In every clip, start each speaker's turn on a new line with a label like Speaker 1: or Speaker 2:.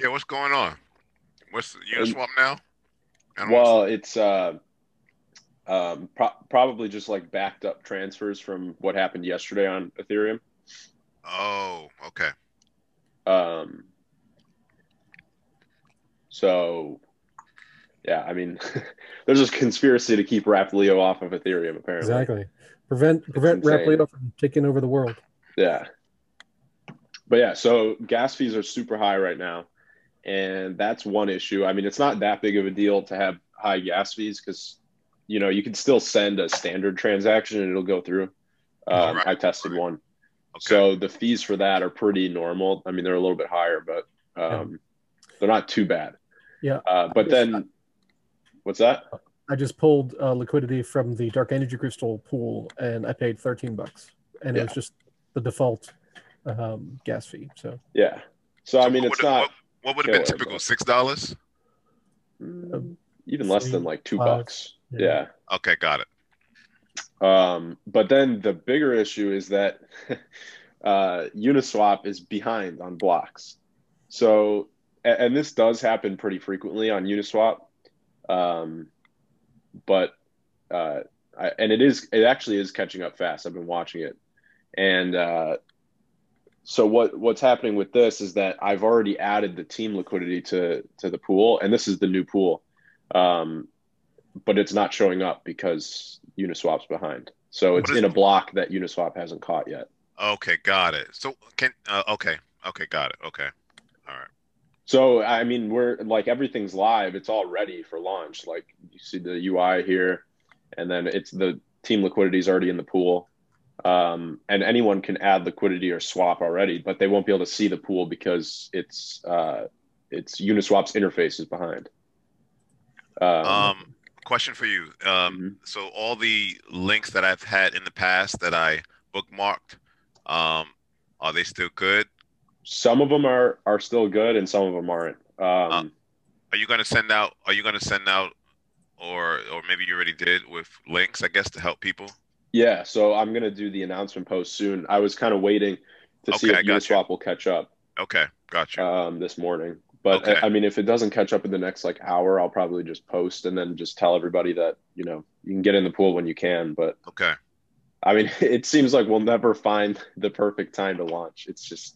Speaker 1: Yeah, what's going on? What's the Uniswap now? I don't
Speaker 2: Well, it's uh, um, pro- probably just like backed up transfers from what happened yesterday on Ethereum.
Speaker 1: oh, okay.
Speaker 2: Um, so, yeah, I mean, there's this conspiracy to keep Raplio off of Ethereum, apparently.
Speaker 3: Exactly. Prevent prevent
Speaker 2: insane.
Speaker 3: Raplio from taking over the world.
Speaker 2: Yeah. But yeah, so gas fees are super high right now. And that's one issue. I mean, it's not that big of a deal to have high gas fees because, you know, you can still send a standard transaction and it'll go through. Um,
Speaker 1: Right,
Speaker 2: I tested
Speaker 1: right.
Speaker 2: one.
Speaker 1: Okay.
Speaker 2: So the fees for that are pretty normal. I mean, they're a little bit higher, but um, they're not too bad.
Speaker 3: Yeah.
Speaker 2: Uh, but then, what's that?
Speaker 3: I just pulled uh, liquidity from the Dark Energy Crystal pool, and I paid thirteen bucks, and it was just the default um, gas fee. So
Speaker 2: Yeah. So, I
Speaker 1: So
Speaker 2: mean,
Speaker 1: what would've-
Speaker 2: it's not
Speaker 1: What, what would have been
Speaker 2: killer,
Speaker 1: typical?
Speaker 2: but-
Speaker 1: Six dollars?
Speaker 2: mm, even less than like two
Speaker 3: Five.
Speaker 2: bucks.
Speaker 3: Yeah.
Speaker 2: yeah.
Speaker 1: Okay, got it.
Speaker 2: Um, but then the bigger issue is that uh, Uniswap is behind on blocks. So, a- and this does happen pretty frequently on Uniswap. Um, but, uh, I, and it is, it actually is catching up fast. I've been watching it. And uh, so what, what's happening with this is that I've already added the team liquidity to, to the pool, and this is the new pool. Um, but it's not showing up because Uniswap's behind. So it's
Speaker 1: What is-
Speaker 2: in a block that Uniswap hasn't caught yet.
Speaker 1: Okay, got it. So can uh, okay, okay, got it. Okay, all right.
Speaker 2: So I mean, we're like everything's live. It's all ready for launch. Like you see the UI here, and then it's the team liquidity is already in the pool, um, and anyone can add liquidity or swap already, but they won't be able to see the pool because it's uh, it's Uniswap's interface is behind. Um, mm-hmm. mhm.
Speaker 1: Um, question for you. Um, so all the links that I've had in the past that I bookmarked, um, are they still good?
Speaker 2: some of them are are still good, and some of them aren't.
Speaker 1: Uh.
Speaker 2: Um,
Speaker 1: Are you gonna send out? Are you gonna send out, or or maybe you already did with links, I guess, to help people?
Speaker 2: Yeah, so I'm gonna do the announcement post soon. I was kind of waiting to see
Speaker 1: Okay,
Speaker 2: if
Speaker 1: I got you.
Speaker 2: Uniswap will catch up
Speaker 1: Okay, gotcha.
Speaker 2: um, this morning. But
Speaker 1: Okay.
Speaker 2: I, I mean, if it doesn't catch up in the next like hour, I'll probably just post and then just tell everybody that you know you can get in the pool when you can. But
Speaker 1: Okay,
Speaker 2: I mean, it seems like we'll never find the perfect time to launch. It's just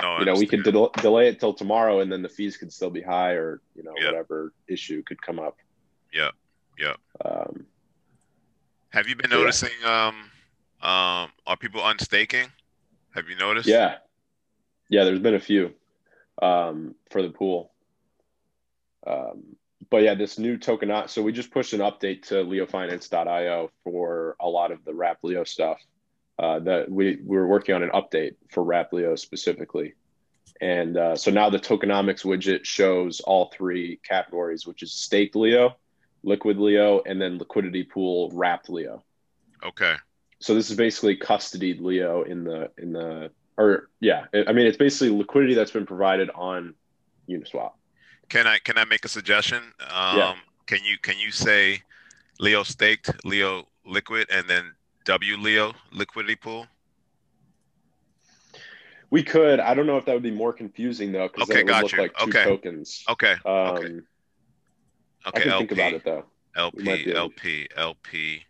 Speaker 1: no, I
Speaker 2: you know we could
Speaker 1: understand.
Speaker 2: del- delay it till tomorrow and then the fees could still be high or you know
Speaker 1: Yeah.
Speaker 2: whatever issue could come up.
Speaker 1: Yeah, yeah.
Speaker 2: Um,
Speaker 1: Have you been
Speaker 2: Yeah.
Speaker 1: noticing? Um, um, are people unstaking? Have you noticed?
Speaker 2: Yeah. Yeah, there's been a few um, for the pool. Um, but yeah, this new token. So we just pushed an update to leofinance.io for a lot of the Rap Leo stuff. Uh, that we, we were working on an update for Rap Leo specifically. And uh, so now the tokenomics widget shows all three categories, which is staked Leo, liquid Leo, and then liquidity pool wrapped Leo
Speaker 1: Okay.
Speaker 2: so this is basically custodied Leo in the in the or yeah, I- I mean it's basically liquidity that's been provided on Uniswap.
Speaker 1: Can I can I make a suggestion? Um,
Speaker 2: Yeah.
Speaker 1: Can you can you say Leo staked, Leo liquid, and then W Leo liquidity pool?
Speaker 2: We could. I don't know if that would be more confusing though, because
Speaker 1: Okay,
Speaker 2: it would
Speaker 1: got
Speaker 2: look
Speaker 1: you.
Speaker 2: like two
Speaker 1: Okay.
Speaker 2: tokens.
Speaker 1: Okay,
Speaker 2: Um,
Speaker 1: okay,
Speaker 2: I
Speaker 1: okay.
Speaker 2: can
Speaker 1: LP,
Speaker 2: think about it though. We might
Speaker 1: LP,
Speaker 2: be able
Speaker 1: LP, LP.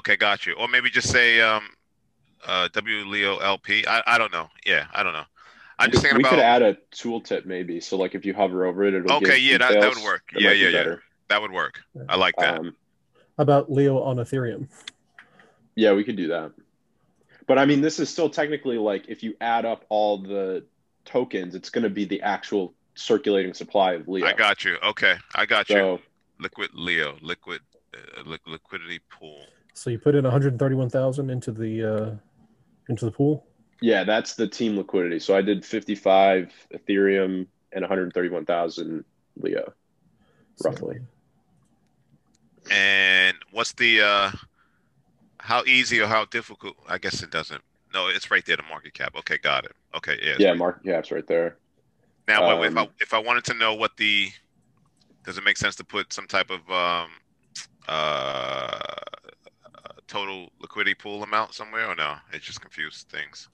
Speaker 1: Okay, got you. Or maybe just say um, uh, W Leo LP. I I don't know. Yeah, I don't know. I'm just thinking
Speaker 2: we could
Speaker 1: about
Speaker 2: add a tooltip maybe. So like if you hover over it, it'll
Speaker 1: Okay,
Speaker 2: give
Speaker 1: yeah, that- that
Speaker 2: details.
Speaker 1: would work.
Speaker 2: That
Speaker 1: Yeah,
Speaker 2: might be
Speaker 1: yeah, yeah.
Speaker 2: better.
Speaker 1: that would work. I like that.
Speaker 2: Um,
Speaker 3: How about Leo on Ethereum?
Speaker 2: Yeah, we could do that. But I mean, this is still technically like if you add up all the tokens, it's going to be the actual circulating supply of Leo.
Speaker 1: I got you. Okay, I got you.
Speaker 2: so
Speaker 1: Liquid Leo, liquid uh, li- liquidity pool.
Speaker 3: So you put in one hundred thirty-one thousand into the uh, into the pool.
Speaker 2: yeah, that's the team liquidity. So I did 55 Ethereum and 131,000 Leo.
Speaker 3: So-
Speaker 2: Roughly.
Speaker 1: And what's the uh how easy or how difficult? I guess it doesn't. No, it's right there, the market cap. Okay, got it. Okay, yeah. it's
Speaker 2: yeah,
Speaker 1: right-
Speaker 2: market cap's right there.
Speaker 1: Now, wait, wait, if I
Speaker 2: um,
Speaker 1: if I wanted to know what the does it make sense to put some type of um uh total liquidity pool amount somewhere or no? It just confused things.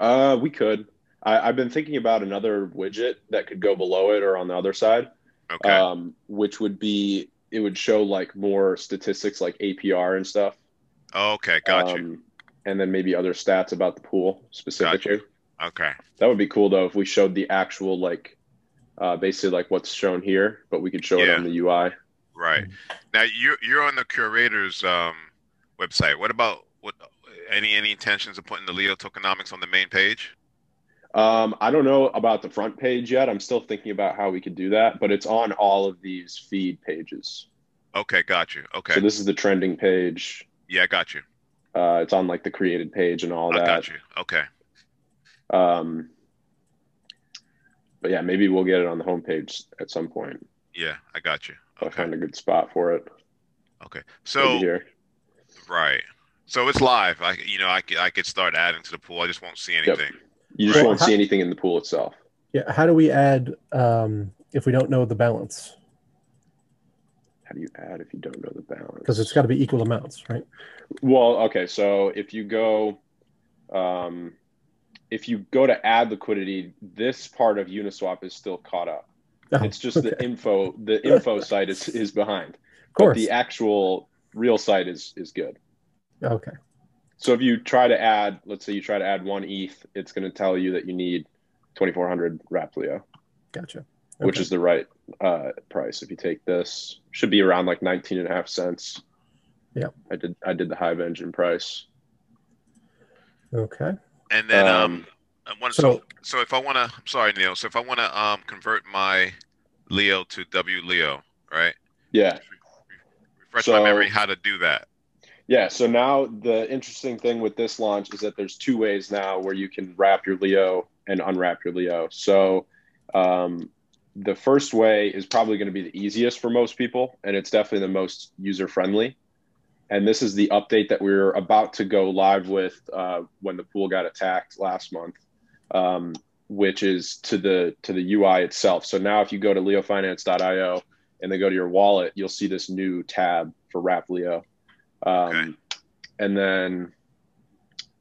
Speaker 2: Uh, we could. I, I've been thinking about another widget that could go below it or on the other side,
Speaker 1: Okay.
Speaker 2: um, which would be it would show like more statistics like APR and stuff.
Speaker 1: okay. Got you.
Speaker 2: Um, and then maybe other stats about the pool specifically.
Speaker 1: Okay.
Speaker 2: That would be cool though if we showed the actual like uh, basically like what's shown here, but we could show it
Speaker 1: Yeah.
Speaker 2: on the UI.
Speaker 1: Right.
Speaker 2: Mm-hmm.
Speaker 1: Now you're you're on the curator's um, website. What about what? Any any intentions of putting the Leo tokenomics on the main page?
Speaker 2: Um, I don't know about the front page yet. I'm still thinking about how we could do that, but it's on all of these feed pages.
Speaker 1: Okay, got you. Okay,
Speaker 2: So this is the trending page.
Speaker 1: yeah, I got you.
Speaker 2: Uh, it's on like the created page and all
Speaker 1: I
Speaker 2: that.
Speaker 1: got you. Okay,
Speaker 2: Um, but yeah, maybe we'll get it on the homepage at some point.
Speaker 1: yeah, I got you.
Speaker 2: I'll
Speaker 1: Okay,
Speaker 2: find a good spot for it.
Speaker 1: okay.
Speaker 2: Maybe
Speaker 1: So
Speaker 2: here.
Speaker 1: right, so it's live. I you know I could I could start adding to the pool. I just won't see anything.
Speaker 2: You just
Speaker 3: Right.
Speaker 2: won't see anything in the pool itself.
Speaker 3: Yeah. How do we add um, if we don't know the balance?
Speaker 2: How do you add if you don't know the balance?
Speaker 3: Because it's got to be equal amounts, right?
Speaker 2: Well, okay, so if you go, um, if you go to add liquidity, this part of Uniswap is still caught up.
Speaker 3: Oh,
Speaker 2: It's just the
Speaker 3: okay.
Speaker 2: info, the info site is is behind.
Speaker 3: of course.
Speaker 2: The actual real site is is good.
Speaker 3: okay.
Speaker 2: So if you try to add, let's say you try to add one ETH, it's going to tell you that you need 2,400 Raplio,
Speaker 3: Gotcha.
Speaker 2: which
Speaker 3: Okay.
Speaker 2: is the right uh, price. If you take this, should be around like 19 and a half cents.
Speaker 3: Yeah.
Speaker 2: I did I did the Hive Engine price.
Speaker 3: okay.
Speaker 1: And then um,
Speaker 2: Um,
Speaker 1: I want so
Speaker 3: So
Speaker 1: so if I want to, I'm sorry, Neil. So if I want to um convert my Leo to W Leo, right?
Speaker 2: Yeah.
Speaker 1: Refresh
Speaker 2: So-
Speaker 1: my memory how to do that.
Speaker 2: Yeah, so now the interesting thing with this launch is that there's two ways now where you can wrap your Leo and unwrap your Leo. So um, the first way is probably going to be the easiest for most people, and it's definitely the most user friendly. And this is the update that we are about to go live with uh, when the pool got attacked last month, um, which is to the to the UI itself. So now, if you go to leofinance.io and then go to your wallet, you'll see this new tab for Wrap Leo. Um,
Speaker 1: Okay.
Speaker 2: And then,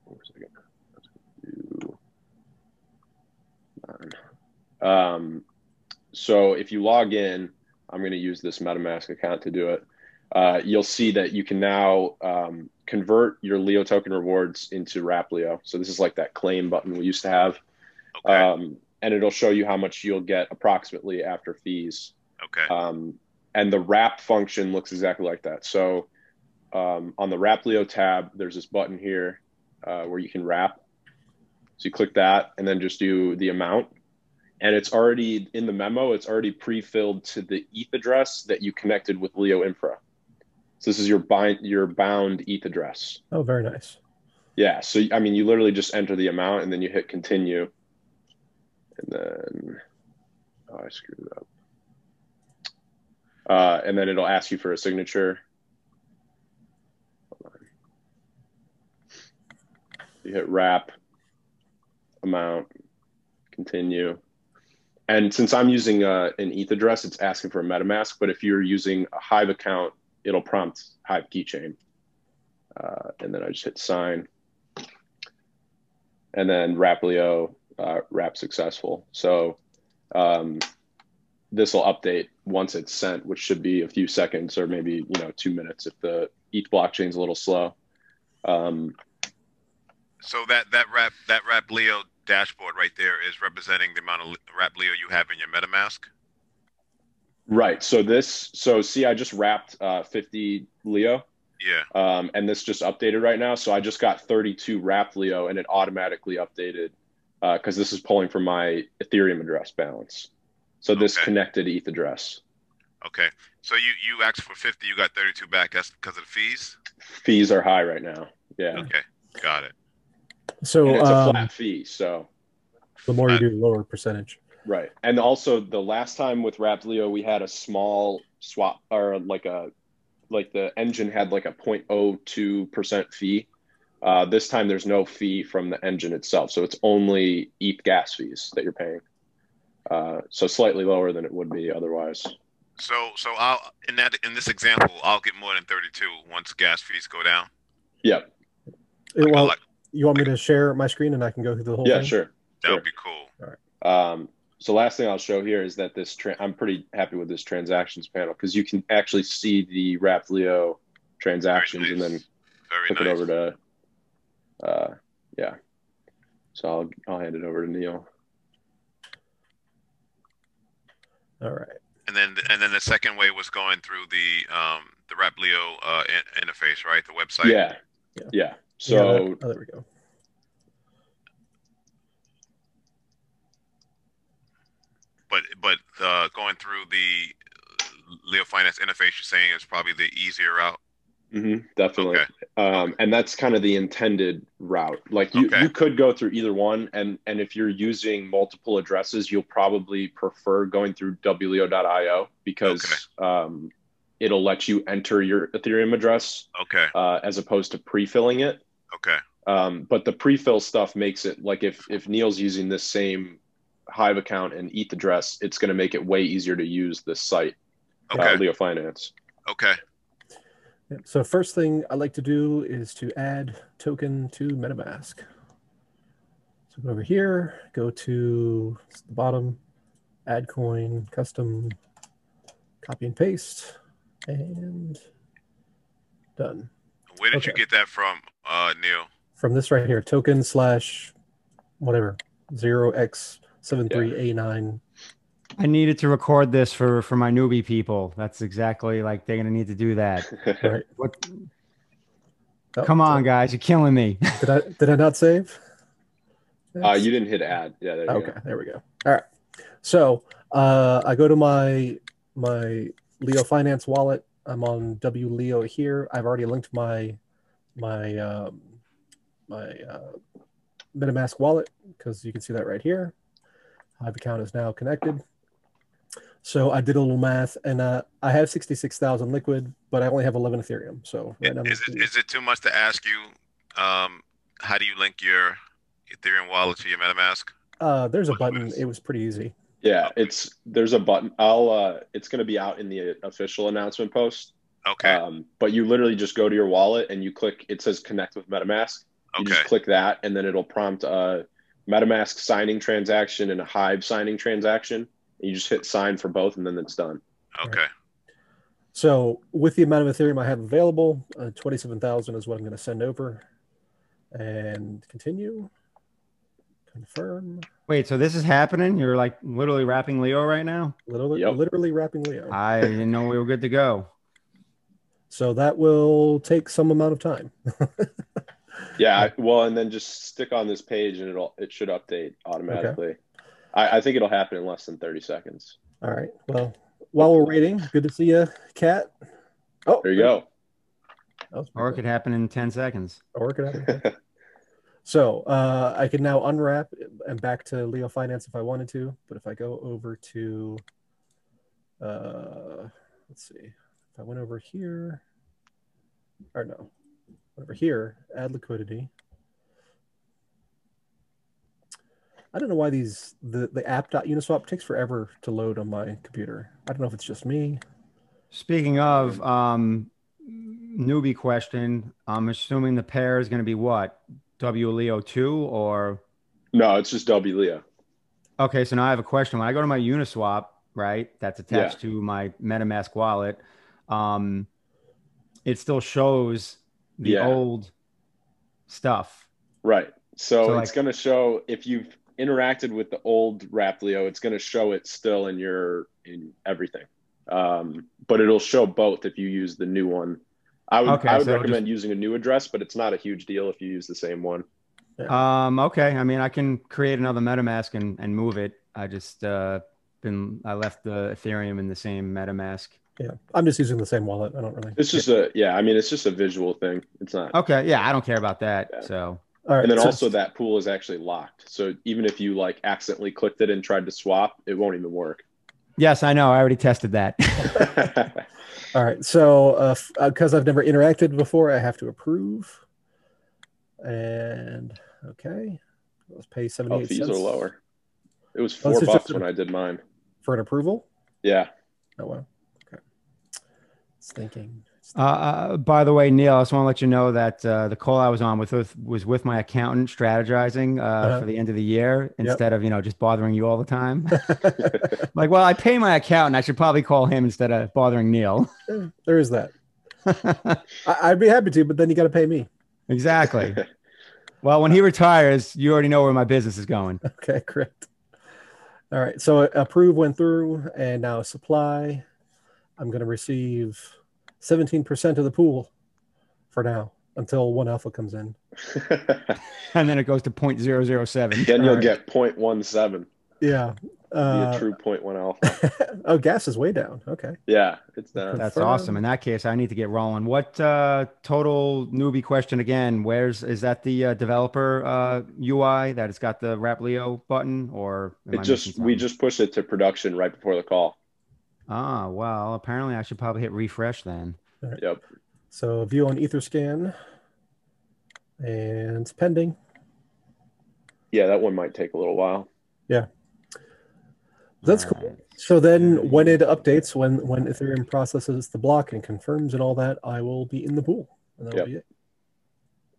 Speaker 2: what was I gonna- I was gonna do? Nine. Um, so if you log in, I'm going to use this MetaMask account to do it. Uh, you'll see that you can now um, convert your Leo token rewards into Wrap Leo. So this is like that claim button we used to have,
Speaker 1: Okay,
Speaker 2: um, and it'll show you how much you'll get approximately after fees.
Speaker 1: okay,
Speaker 2: Um, and the wrap function looks exactly like that. So um, on the wrap Leo tab, there's this button here uh, where you can wrap. So you click that and then just do the amount. And it's already in the memo, it's already pre filled to the ETH address that you connected with Leo Infra. So this is your bind your bound ETH address.
Speaker 3: oh, very nice.
Speaker 2: Yeah. So I mean, you literally just enter the amount and then you hit continue, and then oh, I screwed it up. Uh, and then it'll ask you for a signature. Hold on. You hit wrap amount, continue. And since I'm using uh, an ETH address, it's asking for a MetaMask. But if you're using a Hive account, it'll prompt Hive keychain. Uh, and then I just hit sign. And then Raplio uh, wrap successful. So um, this will update once it's sent, which should be a few seconds or maybe you know two minutes if the ETH blockchain's a little slow. Um,
Speaker 1: So that that rap that rap Leo dashboard right there is representing the amount of li- rap Leo you have in your MetaMask.
Speaker 2: right. So this. So see, I just wrapped uh, 50 Leo,
Speaker 1: Yeah.
Speaker 2: um, and this just updated right now. So I just got 32 wrapped Leo, and it automatically updated because this is pulling from my Ethereum address balance. So this
Speaker 1: Okay.
Speaker 2: connected ETH address.
Speaker 1: Okay. So you you asked for fifty, you got thirty two back. That's because of the fees.
Speaker 2: fees are high right now. Yeah.
Speaker 1: Okay. Got it.
Speaker 2: And
Speaker 3: So
Speaker 2: it's a
Speaker 3: um,
Speaker 2: flat fee. So,
Speaker 3: the more you do, the lower percentage.
Speaker 2: right. And also, the last time with Wrapped Leo, we had a small swap or like a, like the engine had like a 0.02% fee. Uh, this time, there's no fee from the engine itself. So, it's only ETH gas fees that you're paying. Uh, so, slightly lower than it would be otherwise.
Speaker 1: So so I'll in that in this example, I'll get more than thirty two once gas fees go down.
Speaker 2: Yeah.
Speaker 3: Well,
Speaker 1: Like-
Speaker 3: you want me to share my screen and I can go through the whole
Speaker 2: Yeah,
Speaker 3: thing?
Speaker 2: sure.
Speaker 1: That would be cool.
Speaker 2: Um, so last thing I'll show here is that this tra- I'm pretty happy with this transactions panel because you can actually see the Wrapped Leo transactions
Speaker 1: Very
Speaker 2: and
Speaker 1: nice.
Speaker 2: then
Speaker 1: Very
Speaker 2: flip
Speaker 1: nice.
Speaker 2: it over to uh, yeah. So I'll I'll hand it over to Neil.
Speaker 3: All right.
Speaker 1: And then and then the second way was going through the um the Raplio uh in- interface, right? The website.
Speaker 2: yeah.
Speaker 3: Yeah.
Speaker 2: yeah,
Speaker 3: Yeah,
Speaker 2: So
Speaker 3: there- oh, there we go.
Speaker 1: But but uh going through the uh, Leo Finance interface you're saying is probably the easier route.
Speaker 2: mhm, definitely.
Speaker 1: Okay.
Speaker 2: um, and that's kind of the intended route like you,
Speaker 1: Okay.
Speaker 2: you could go through either one and and if you're using multiple addresses you'll probably prefer going through E wleo.io because um, it'll let you enter your ethereum address
Speaker 1: Okay.
Speaker 2: uh, as opposed to pre-filling it
Speaker 1: Okay.
Speaker 2: um, but the pre-fill stuff makes it like if if neil's using this same hive account and eth address it's going to make it way easier to use this site
Speaker 1: Okay.
Speaker 2: uh, leo finance
Speaker 1: okay.
Speaker 3: Yeah, So first thing I like to do is to add token to MetaMask. So go over here, go to the bottom, add coin, custom, copy and paste, and done.
Speaker 1: Where did you
Speaker 3: Okay.
Speaker 1: get that from, uh Neil?
Speaker 3: From this right here, token slash whatever, 0x73A9.
Speaker 4: I needed to record this for for my newbie people. That's exactly like they're gonna need to do that.
Speaker 3: Right.
Speaker 4: What?
Speaker 3: Oh,
Speaker 4: Come on, guys, you're killing me.
Speaker 3: Did I, did I not save?
Speaker 2: uh,
Speaker 3: Yes.
Speaker 2: you didn't hit add yeah there you
Speaker 3: okay there we go all right so uh, i go to my my leo finance wallet i'm on w leo here i've already linked my my um, my uh, metamask wallet because you can see that right here hive account is now connected so i did a little math and uh, i have 66000 liquid but i only have 11 ethereum so right now I'm
Speaker 1: Is
Speaker 3: just-
Speaker 1: it is it too much to ask you um how do you link your Ethereum wallet to your MetaMask?
Speaker 3: uh, there's a
Speaker 1: What's the
Speaker 3: button
Speaker 1: math?
Speaker 3: it was pretty easy
Speaker 2: Yeah, it's there's a button. I'll uh it's going to be out in the official announcement post.
Speaker 1: Okay.
Speaker 2: Um but you literally just go to your wallet and you click it says connect with MetaMask. You
Speaker 1: okay.
Speaker 2: just click that and then it'll prompt a MetaMask signing transaction and a Hive signing transaction. And you just hit sign for both and then it's done.
Speaker 1: Okay.
Speaker 3: So, with the amount of Ethereum I have available, uh, 27,000 is what I'm going to send over. And continue. Confirm.
Speaker 4: Wait, so this is happening? You're like literally wrapping Leo right now?
Speaker 3: Literally,
Speaker 2: Yep.
Speaker 3: literally wrapping Leo.
Speaker 4: I didn't know we were good to go.
Speaker 3: So, that will take some amount of time.
Speaker 2: Yeah, I- well and then just stick on this page and it'll it should update automatically. I, I think it'll happen in less than 30 seconds.
Speaker 3: All right. Well, while we're waiting, good to see you, Kat. Oh,
Speaker 2: There you go.
Speaker 3: That was
Speaker 4: Or it could happen in 10 seconds.
Speaker 3: Or it could happen. So uh, I can now unwrap and back to Leo Finance if I wanted to. But if I go over to, uh, let's see, if I went over here, or no, went over here, add liquidity. I don't know why these the the app.uniswap takes forever to load on my computer. I don't know if it's just me.
Speaker 4: Speaking of um, newbie question, I'm assuming the pair is going to be what? W Leo 2 or
Speaker 2: no, it's just W Leo.
Speaker 4: Okay, so now I have a question. When I go to my Uniswap, right, that's attached to my MetaMask wallet, um, it still shows the
Speaker 2: Yeah.
Speaker 4: old stuff.
Speaker 2: Right. So,
Speaker 4: So,
Speaker 2: it's
Speaker 4: like-
Speaker 2: going to show if you've interacted with the old Raplio, it's going to show it still in your in everything. Um, but it'll show both if you use the new one. I would
Speaker 4: Okay,
Speaker 2: I would
Speaker 4: so it'll
Speaker 2: recommend using a new address, but it's not a huge deal if you use the same one.
Speaker 4: Um, okay, I mean, I can create another MetaMask and, and move it. I just uh, been I left the Ethereum in the same MetaMask.
Speaker 3: Yeah, I'm just using the same wallet. I don't really.
Speaker 2: It's just a yeah. I mean, it's just a visual thing. It's not.
Speaker 4: Okay, yeah, I don't care about that.
Speaker 2: Yeah.
Speaker 4: So
Speaker 3: All right.
Speaker 2: And then
Speaker 3: so-
Speaker 2: also that pool is actually locked. So even if you like accidentally clicked it and tried to swap, it won't even work.
Speaker 4: yes, I know. I already tested that.
Speaker 3: All right. So, uh, because I've never interacted before, I have to approve. And okay, let's pay
Speaker 2: oh,
Speaker 3: seventy-eight
Speaker 2: fees
Speaker 3: cents
Speaker 2: are lower. It was
Speaker 3: Let's
Speaker 2: four
Speaker 3: just-
Speaker 2: bucks when I did mine.
Speaker 3: for an approval.
Speaker 2: Yeah.
Speaker 3: Oh wow. Okay. It's thinking. It's
Speaker 4: Uh, uh, by the way, Neil, I just want to let you know that uh, the call I was on with, with was with my accountant strategizing uh,
Speaker 3: Uh-huh.
Speaker 4: for the end of the year
Speaker 3: Yep.
Speaker 4: instead of you know just bothering you all the time. like, well, I pay my accountant. I should probably call him instead of bothering Neil.
Speaker 3: there is that. I, I'd be happy to, but then you got to pay me.
Speaker 4: exactly. Well, when he retires, you already know where my business is going.
Speaker 3: Okay, correct. All right, so uh, approve went through, and now supply. I'm going to receive 17% of the pool for now until one alpha comes in.
Speaker 4: And then it goes to 0.007.
Speaker 2: then you'll
Speaker 3: Alright.
Speaker 2: get 0.17,
Speaker 3: Yeah.
Speaker 2: be
Speaker 3: Uh,
Speaker 2: a true 0.1 alpha.
Speaker 3: oh, gas is way down. Okay.
Speaker 2: Yeah, it's down.
Speaker 4: That's
Speaker 3: Confirm.
Speaker 4: awesome. In that case, I need to get rolling. What uh, total newbie question again? Where's is that the uh, developer uh, UI that it's got the Rap Leo button or? am I
Speaker 2: It
Speaker 4: missing
Speaker 2: just we
Speaker 4: something?
Speaker 2: just pushed it to production right before the call.
Speaker 4: Ah, well, apparently I should probably hit refresh then.
Speaker 2: Yep.
Speaker 3: So view on Etherscan, and it's pending.
Speaker 2: Yeah, that one might take a little while.
Speaker 3: That's
Speaker 4: All
Speaker 3: cool.
Speaker 4: right.
Speaker 3: So then, when it updates, when when Ethereum processes the block and confirms and all that, I will be in the pool, and that'll
Speaker 2: Yep.
Speaker 3: be it.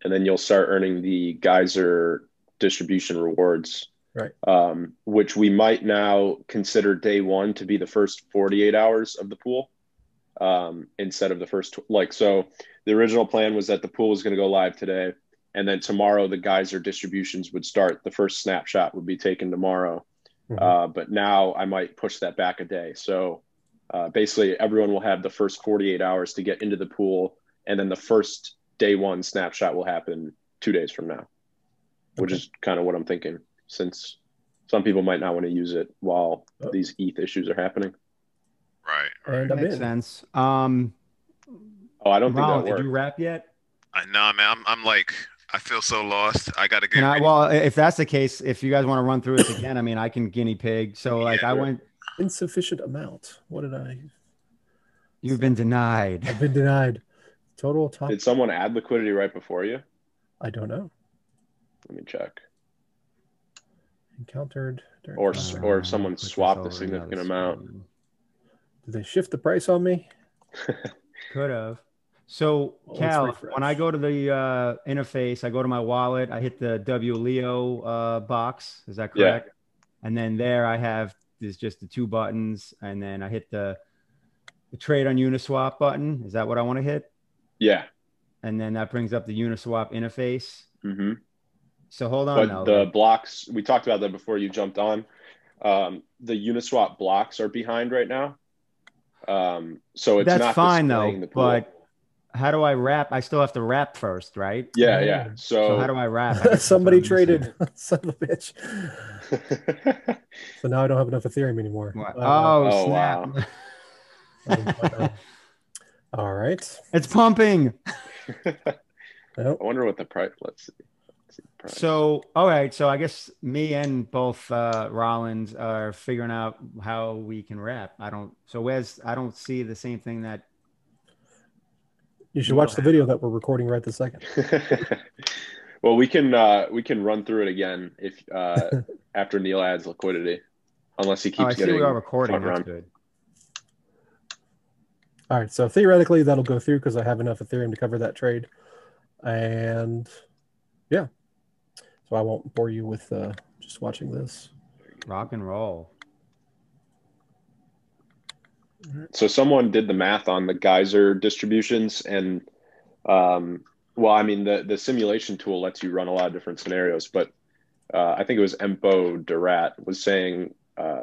Speaker 2: and then you'll start earning the geyser distribution rewards
Speaker 3: Right.
Speaker 2: um, which we might now consider day one to be the first 48 hours of the pool um, instead of the first tw- like so the original plan was that the pool was going to go live today and then tomorrow the geyser distributions would start the first snapshot would be taken tomorrow
Speaker 3: Mhm.
Speaker 2: uh, but now i might push that back a day so uh, basically everyone will have the first 48 hours to get into the pool and then the first day one snapshot will happen two days from now, which
Speaker 3: Okay.
Speaker 2: is kind of what I'm thinking. Since some people might not want to use it while
Speaker 3: Oh.
Speaker 2: these ETH issues are happening.
Speaker 1: Right.
Speaker 3: And I'm
Speaker 4: Makes
Speaker 3: in.
Speaker 4: sense. Um,
Speaker 2: Oh, I don't
Speaker 4: Ronald,
Speaker 2: think that
Speaker 4: did
Speaker 2: worked.
Speaker 4: you rap yet?
Speaker 1: I know, Uh, man. I'm, I'm like, I feel so lost. I got to get.
Speaker 4: Can I,
Speaker 1: ready.
Speaker 4: well, if that's the case, if you guys want to run through this again, I mean, I can guinea pig. So like, I
Speaker 2: sure.
Speaker 4: went.
Speaker 3: Insufficient amount. What did I?
Speaker 4: You've been denied.
Speaker 3: I've been denied. Total top.
Speaker 2: Did someone add liquidity right before you?
Speaker 3: I don't know.
Speaker 2: Let me check.
Speaker 3: Encountered. during-
Speaker 2: Or s-
Speaker 3: did
Speaker 2: or someone
Speaker 4: Put this
Speaker 2: swapped a
Speaker 4: over to
Speaker 2: significant
Speaker 4: another
Speaker 2: amount.
Speaker 4: screen.
Speaker 3: they shift the price on me?
Speaker 4: Could have. So
Speaker 3: Well, let's
Speaker 4: Cal,
Speaker 3: refresh.
Speaker 4: when I go to the uh, interface, I go to my wallet, I hit the W Leo uh, box. Is that
Speaker 2: Yeah.
Speaker 4: correct? And then there I have there's just the two buttons, and then I hit the the trade on Uniswap button. Is that what I want to hit?
Speaker 2: Yeah.
Speaker 4: And then that brings up the Uniswap interface.
Speaker 2: hmm
Speaker 4: So hold
Speaker 2: But
Speaker 4: on now.
Speaker 2: the blocks, we talked about that before you jumped on. Um, the Uniswap blocks are behind right now. Um, so it's
Speaker 4: That's
Speaker 2: not
Speaker 4: fine
Speaker 2: displaying
Speaker 4: though,
Speaker 2: the pool.
Speaker 4: but how do I wrap? I still have to wrap first, right?
Speaker 2: yeah, yeah.
Speaker 4: So
Speaker 2: So,
Speaker 4: how do I wrap? I guess that's
Speaker 3: Somebody
Speaker 4: what I'm missing.
Speaker 3: traded. Son of a bitch. So now I don't have enough Ethereum anymore.
Speaker 4: What?
Speaker 3: Uh,
Speaker 4: Oh,
Speaker 2: Oh,
Speaker 4: snap.
Speaker 3: um, all right.
Speaker 4: it's pumping.
Speaker 3: Well,
Speaker 2: I wonder what the price. Let's see. Let's see the price.
Speaker 4: So, all right. So, I guess me and both uh, Rollins are figuring out how we can wrap. I don't. So, where's I don't see the same thing that.
Speaker 3: you should watch the video that we're recording right this second.
Speaker 2: well, we can uh, we can run through it again if uh, after Neil adds liquidity, unless he keeps
Speaker 4: Oh, I see
Speaker 2: getting.
Speaker 4: we are recording.
Speaker 2: front
Speaker 4: That's
Speaker 2: run.
Speaker 4: good.
Speaker 3: All right. So theoretically, that'll go through because I have enough Ethereum to cover that trade. And yeah. So I won't bore you with uh, just watching this.
Speaker 4: Rock and roll.
Speaker 2: So someone did the math on the geyser distributions, and um, well, I mean the the simulation tool lets you run a lot of different scenarios, but uh, I think it was Empo Durat was saying uh,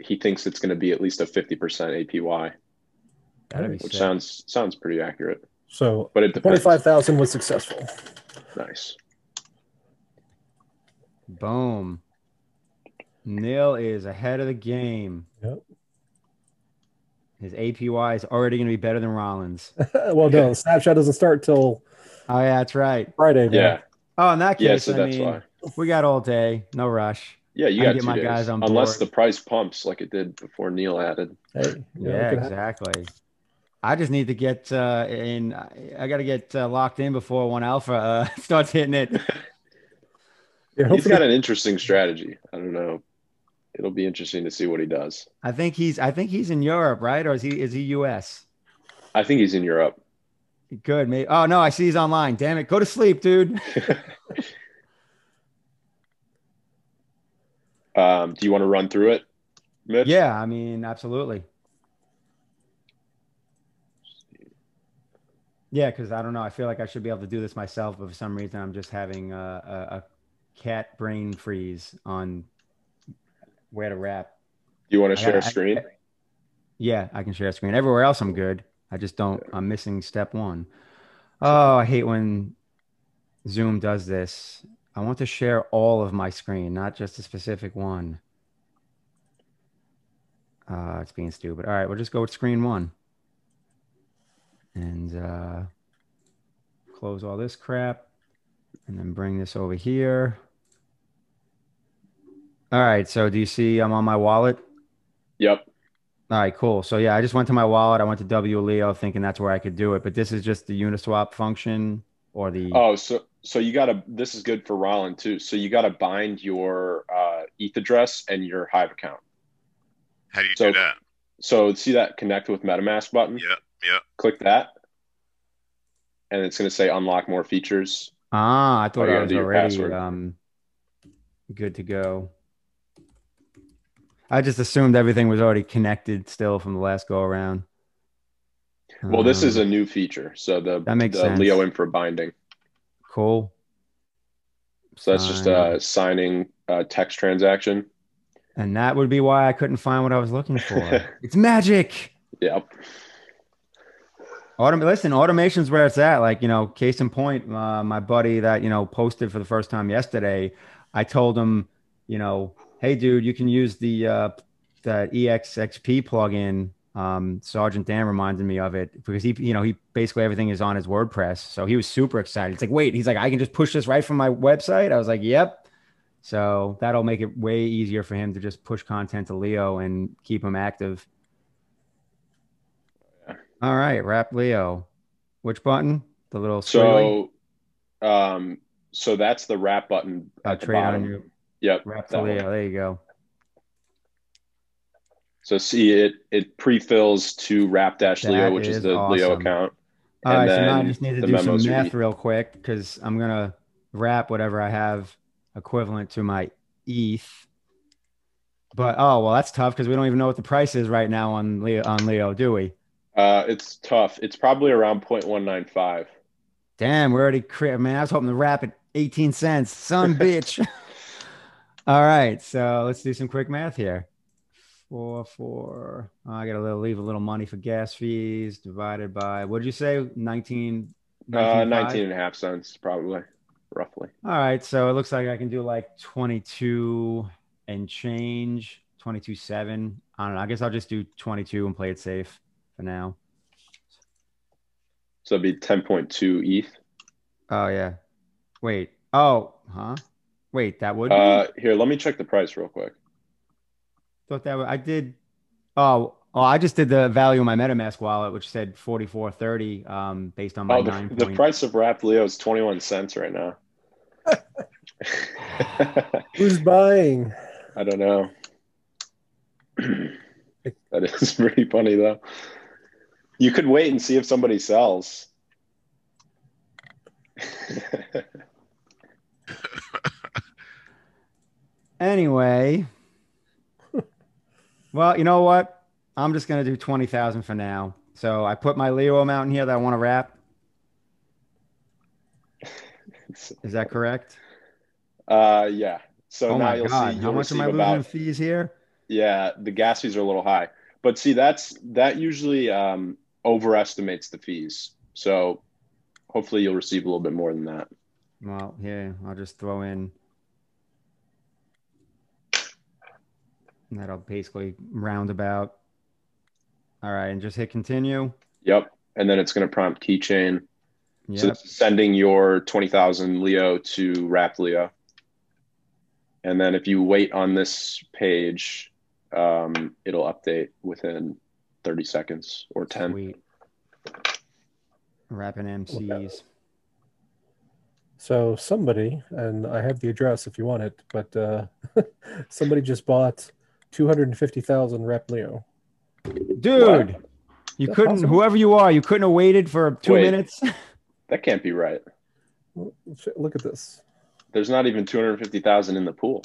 Speaker 2: he thinks it's going to be at least a fifty percent APY,
Speaker 4: That'd be
Speaker 2: which
Speaker 4: sick.
Speaker 2: sounds sounds pretty accurate,
Speaker 3: So
Speaker 2: but it depends.
Speaker 3: 25,000 was successful.
Speaker 2: Nice.
Speaker 4: Boom. Neil is ahead of the game.
Speaker 3: Yep.
Speaker 4: His APY is already going to be better than Rollins.
Speaker 3: well, no, the snapshot doesn't start till
Speaker 4: oh yeah, that's right.
Speaker 3: Friday. though.
Speaker 2: Yeah.
Speaker 4: Oh, in that case,
Speaker 2: Yeah. So
Speaker 4: I
Speaker 2: that's
Speaker 4: mean,
Speaker 2: why.
Speaker 4: we got all day. No rush.
Speaker 2: Yeah, you
Speaker 4: I
Speaker 2: got
Speaker 4: get
Speaker 2: two
Speaker 4: my
Speaker 2: days.
Speaker 4: guys on
Speaker 2: Unless
Speaker 4: board.
Speaker 2: the price pumps like it did before Neil added.
Speaker 3: Hey, you know,
Speaker 4: Yeah,
Speaker 3: it could happen.
Speaker 4: exactly. I just need to get uh, in. I- I got to get uh, locked in before one alpha uh, starts hitting it.
Speaker 3: Yeah,
Speaker 2: He's
Speaker 3: hopefully,
Speaker 2: got an interesting strategy. I don't know. It'll be interesting to see what he does.
Speaker 4: I think he's. I think he's in Europe, right? Or is he? Is he U.S.?
Speaker 2: I think he's in Europe.
Speaker 4: Good. Maybe. Oh no, I see he's online. Damn it. Go to sleep, dude.
Speaker 2: um, do you want to run through it, Mitch?
Speaker 4: yeah, I mean, absolutely. Yeah, because I don't know. I feel like I should be able to do this myself, but for some reason, I'm just having a, a, a cat brain freeze on where to wrap.
Speaker 2: Do you want
Speaker 4: I
Speaker 2: to share a
Speaker 4: gotta- I-
Speaker 2: screen?
Speaker 4: Yeah, I can share a screen. Everywhere else, I'm good. I just don't. I'm missing step one. Oh, I hate when Zoom does this. I want to share all of my screen, not just a specific one. Uh, it's being stupid. All right, we'll just go with screen one and uh, close all this crap and then bring this over here. All right, so do you see I'm on my wallet?
Speaker 2: Yep.
Speaker 4: All right, cool. So yeah, I just went to my wallet. I went to WLEO thinking that's where I could do it, but this is just the Uniswap function or the
Speaker 2: Oh, so so you got to. This is good for Rollin too. So you got to bind your uh, ETH address and your Hive account.
Speaker 1: How do you
Speaker 2: So-
Speaker 1: do that?
Speaker 2: So see that connect with MetaMask button.
Speaker 1: Yeah, yeah.
Speaker 2: Click that, and it's going to say unlock more features.
Speaker 4: ah. I thought
Speaker 2: you
Speaker 4: I
Speaker 2: gotta
Speaker 4: was
Speaker 2: do your
Speaker 4: already
Speaker 2: Oh, password.
Speaker 4: um good to go. I just assumed everything was already connected still from the last go around.
Speaker 2: Well, this is
Speaker 4: Um,
Speaker 2: a new feature. So the
Speaker 4: That makes
Speaker 2: the
Speaker 4: sense.
Speaker 2: Leo infra binding.
Speaker 4: cool.
Speaker 2: So that's just
Speaker 4: Sign.
Speaker 2: a signing uh, text transaction.
Speaker 4: and that would be why I couldn't find what I was looking for. it's magic.
Speaker 2: Yep.
Speaker 4: Autom- listen, automation's where it's at. Like, you know, case in point, uh, my buddy that, you know, posted for the first time yesterday, I told him, you know, hey, dude, you can use the, uh, the EXXP plugin. Um, Sergeant Dan reminded me of it because he, you know, he basically everything is on his WordPress. So he was super excited. It's like, wait, he's like, I can just push this right from my website. I was like, yep. So that'll make it way easier for him to just push content to Leo and keep him active. All right, wrap Leo. Which button? The little squiggly?
Speaker 2: So, um, so that's the wrap button
Speaker 4: Uh,
Speaker 2: at the
Speaker 4: trade on
Speaker 2: bottom.
Speaker 4: you.
Speaker 2: Yep.
Speaker 4: Wrap
Speaker 2: that
Speaker 4: to Leo.
Speaker 2: one.
Speaker 4: There you go.
Speaker 2: So see it it pre-fills to wrap dash Leo,
Speaker 4: That
Speaker 2: which is,
Speaker 4: is
Speaker 2: the Leo
Speaker 4: awesome.
Speaker 2: account.
Speaker 4: All right,
Speaker 2: And
Speaker 4: so now I
Speaker 2: then
Speaker 4: just need to
Speaker 2: the
Speaker 4: do some
Speaker 2: memos are
Speaker 4: math
Speaker 2: easy.
Speaker 4: real quick because I'm gonna wrap whatever I have equivalent to my ETH. But oh well, that's tough because we don't even know what the price is right now on Leo. On Leo, do we?
Speaker 2: Uh, it's tough. It's probably around 0.195.
Speaker 4: Damn, we're already cri- man. I was hoping to wrap at 18 cents. Son bitch. All right, so let's do some quick math here. Four, four. oh, I gotta li- leave a little money for gas fees divided by what'd you say? 19.
Speaker 2: uh,
Speaker 4: 19.5?
Speaker 2: 19 and a half cents, probably, roughly.
Speaker 4: All right, so it looks like I can do like 22 and change, 22 7. I don't know. I guess I'll just do 22 and play it safe for now.
Speaker 2: So it'd be 10.2 ETH.
Speaker 4: Oh yeah. Wait. Oh, huh? Wait, that would be.
Speaker 2: Uh, here, let me check the price real quick.
Speaker 4: thought that was, I did. Oh, oh, I just did the value of my MetaMask wallet, which said 4430 um based on my
Speaker 2: Oh,
Speaker 4: nine
Speaker 2: the, the
Speaker 4: point-
Speaker 2: price of wrapped Leo is 21 cents right now.
Speaker 3: Who's buying?
Speaker 2: I don't know. that is pretty funny though. You could wait and see if somebody sells.
Speaker 4: Anyway. well, you know what? I'm just gonna do 20,000 for now. So I put my Leo amount in here that I want to wrap. Is that correct?
Speaker 2: uh, yeah. So
Speaker 4: oh
Speaker 2: now
Speaker 4: my
Speaker 2: you'll
Speaker 4: god,
Speaker 2: see
Speaker 4: how
Speaker 2: you'll
Speaker 4: much am I
Speaker 2: receive
Speaker 4: losing in
Speaker 2: about
Speaker 4: fees here?
Speaker 2: yeah the gas fees are a little high, but see that's that usually um, overestimates the fees. So hopefully you'll receive a little bit more than that.
Speaker 4: Well, here, I'll just throw in. And That'll basically round about. All right, and just hit continue.
Speaker 2: Yep. And then it's going to prompt keychain. So
Speaker 4: Yep.
Speaker 2: it's sending your 20,000 Leo to wrap Leo. And then if you wait on this page, um, it'll update within 30 seconds or 10.
Speaker 4: Sweet. Wrapping MCs.
Speaker 3: So somebody, and I have the address if you want it, but uh, somebody just bought 250,000 Rep Leo.
Speaker 4: Dude, You
Speaker 3: That's
Speaker 4: couldn't,
Speaker 3: awesome.
Speaker 4: whoever you are, you couldn't have waited for two
Speaker 2: Wait.
Speaker 4: minutes.
Speaker 2: That can't be right.
Speaker 3: Look at this.
Speaker 2: There's not even 250,000 in the pool.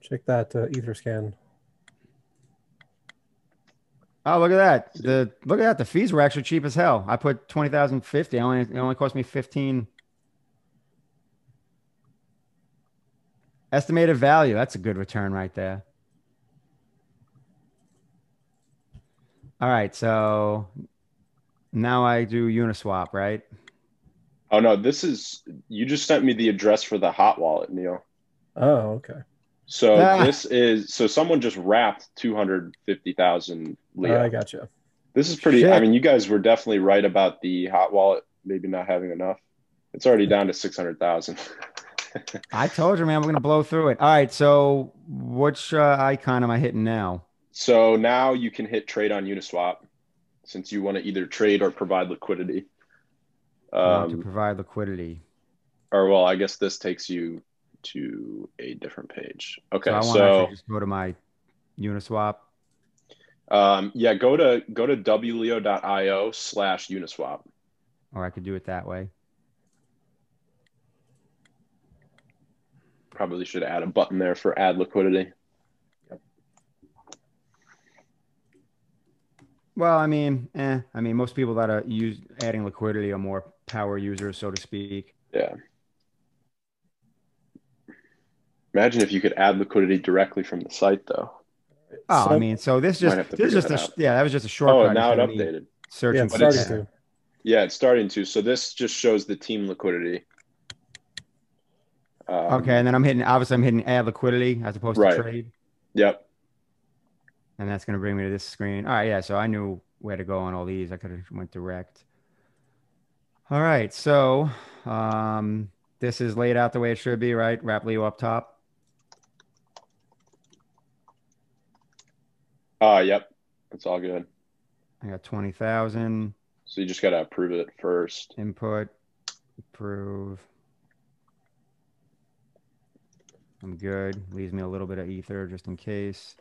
Speaker 3: Check that uh, ether scan.
Speaker 4: Oh, look at that. The look at that. The fees were actually cheap as hell. I put twenty thousand fifty. Only it only cost me fifteen. Estimated value. That's a good return right there. All right, so now I do Uniswap, right?
Speaker 2: Oh no, this is you just sent me the address for the hot wallet, Neil.
Speaker 3: Oh, okay.
Speaker 2: So
Speaker 4: Ah.
Speaker 2: this is so someone just wrapped 250,000 Leo.
Speaker 3: I got you.
Speaker 2: This is pretty. I
Speaker 4: Shit.
Speaker 2: mean, you guys were definitely right about the hot wallet maybe not having enough. It's already down to six hundred thousand.
Speaker 4: I told you, man, we're gonna blow through it. All right, so which uh, icon am I hitting now?
Speaker 2: so now you can hit trade on Uniswap, since you want to either trade or provide liquidity.
Speaker 4: I want to
Speaker 2: Um,
Speaker 4: provide liquidity.
Speaker 2: or well, I guess this takes you to a different page. Okay,
Speaker 4: so I
Speaker 2: so,
Speaker 4: want to actually just go to my Uniswap.
Speaker 2: um, yeah, go to go to wleo.io slash Uniswap.
Speaker 4: or I could do it that way.
Speaker 2: Probably should add a button there for add liquidity.
Speaker 4: Well, I mean, eh, I mean, most people that are use adding liquidity are more power users, so to speak.
Speaker 2: Imagine if you could add liquidity directly from the site, though.
Speaker 4: Oh, I
Speaker 3: So-
Speaker 4: mean, so this
Speaker 2: have
Speaker 4: just
Speaker 2: to
Speaker 4: this is
Speaker 2: figure
Speaker 4: just
Speaker 2: that
Speaker 4: a
Speaker 2: out.
Speaker 4: yeah, that was just a shortcut.
Speaker 2: Oh, now it
Speaker 4: instead of me
Speaker 2: updated.
Speaker 4: Searching
Speaker 3: Yeah, it's
Speaker 4: for
Speaker 2: but it's-
Speaker 3: starting to.
Speaker 2: Yeah, it's starting to. So this just shows the team liquidity. Um,
Speaker 4: Okay, and then I'm hitting obviously I'm hitting add liquidity as opposed
Speaker 2: Right.
Speaker 4: to trade,
Speaker 2: Yep.
Speaker 4: and that's going to bring me to this screen. All right, yeah, so I knew where to go on all these. I could have went direct. All right, so um, this is laid out the way it should be, right? Wrap Leo up top.
Speaker 2: Ah, yep. It's all good.
Speaker 4: I got twenty thousand.
Speaker 2: So you just gotta approve it first.
Speaker 4: Input, approve. I'm good. Leaves me a little bit of ether just in case.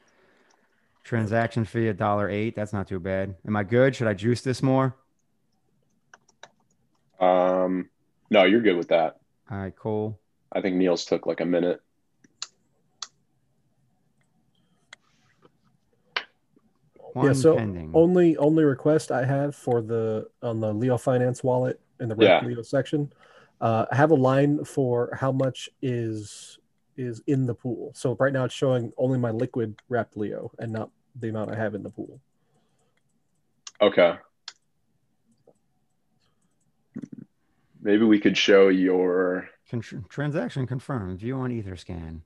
Speaker 4: Transaction fee a dollar eight. That's not too bad. Am I good? Should I juice this more?
Speaker 2: Um, no, you're good with that.
Speaker 4: All right, cool.
Speaker 2: I think Neil's took like a minute.
Speaker 4: One
Speaker 3: so
Speaker 4: pending.
Speaker 3: Only only request I have for the on the Leo Finance wallet in the Rep
Speaker 2: Yeah.
Speaker 3: Leo section. Uh, I have a line for how much is is in the pool. So right now it's showing only my liquid Rep Leo and not the amount I have in the pool.
Speaker 2: Okay. Maybe we could show your
Speaker 4: Con- transaction confirmed. View on ether scan.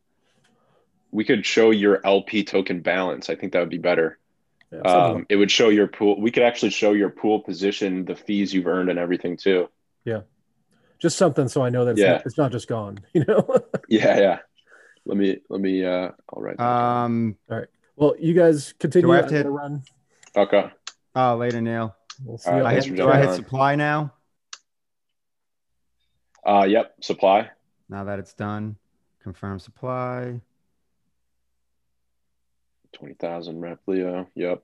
Speaker 2: we could show your LP token balance. I think that would be better.
Speaker 3: Yeah, something
Speaker 2: Um,
Speaker 3: like-
Speaker 2: it would show your pool. We could actually show your pool position, the fees you've earned, and everything too.
Speaker 3: just something so I know that it's,
Speaker 2: yeah.
Speaker 3: not, it's not just gone. You know.
Speaker 2: Yeah, yeah. Let me let me uh I'll write that. down.
Speaker 4: Um.
Speaker 3: well, you guys continue.
Speaker 4: Do I
Speaker 3: I
Speaker 4: have
Speaker 3: am
Speaker 4: to-
Speaker 3: gonna run.
Speaker 2: okay.
Speaker 4: Oh, later, Neil.
Speaker 3: We'll see.
Speaker 2: All
Speaker 3: you
Speaker 2: right,
Speaker 4: I
Speaker 2: thanks
Speaker 4: hit,
Speaker 2: for
Speaker 4: do I
Speaker 2: jumping
Speaker 4: hit
Speaker 2: on.
Speaker 4: supply now?
Speaker 2: Uh yep, supply.
Speaker 4: Now that it's done, confirm supply.
Speaker 2: Twenty thousand rep Leo. Yep.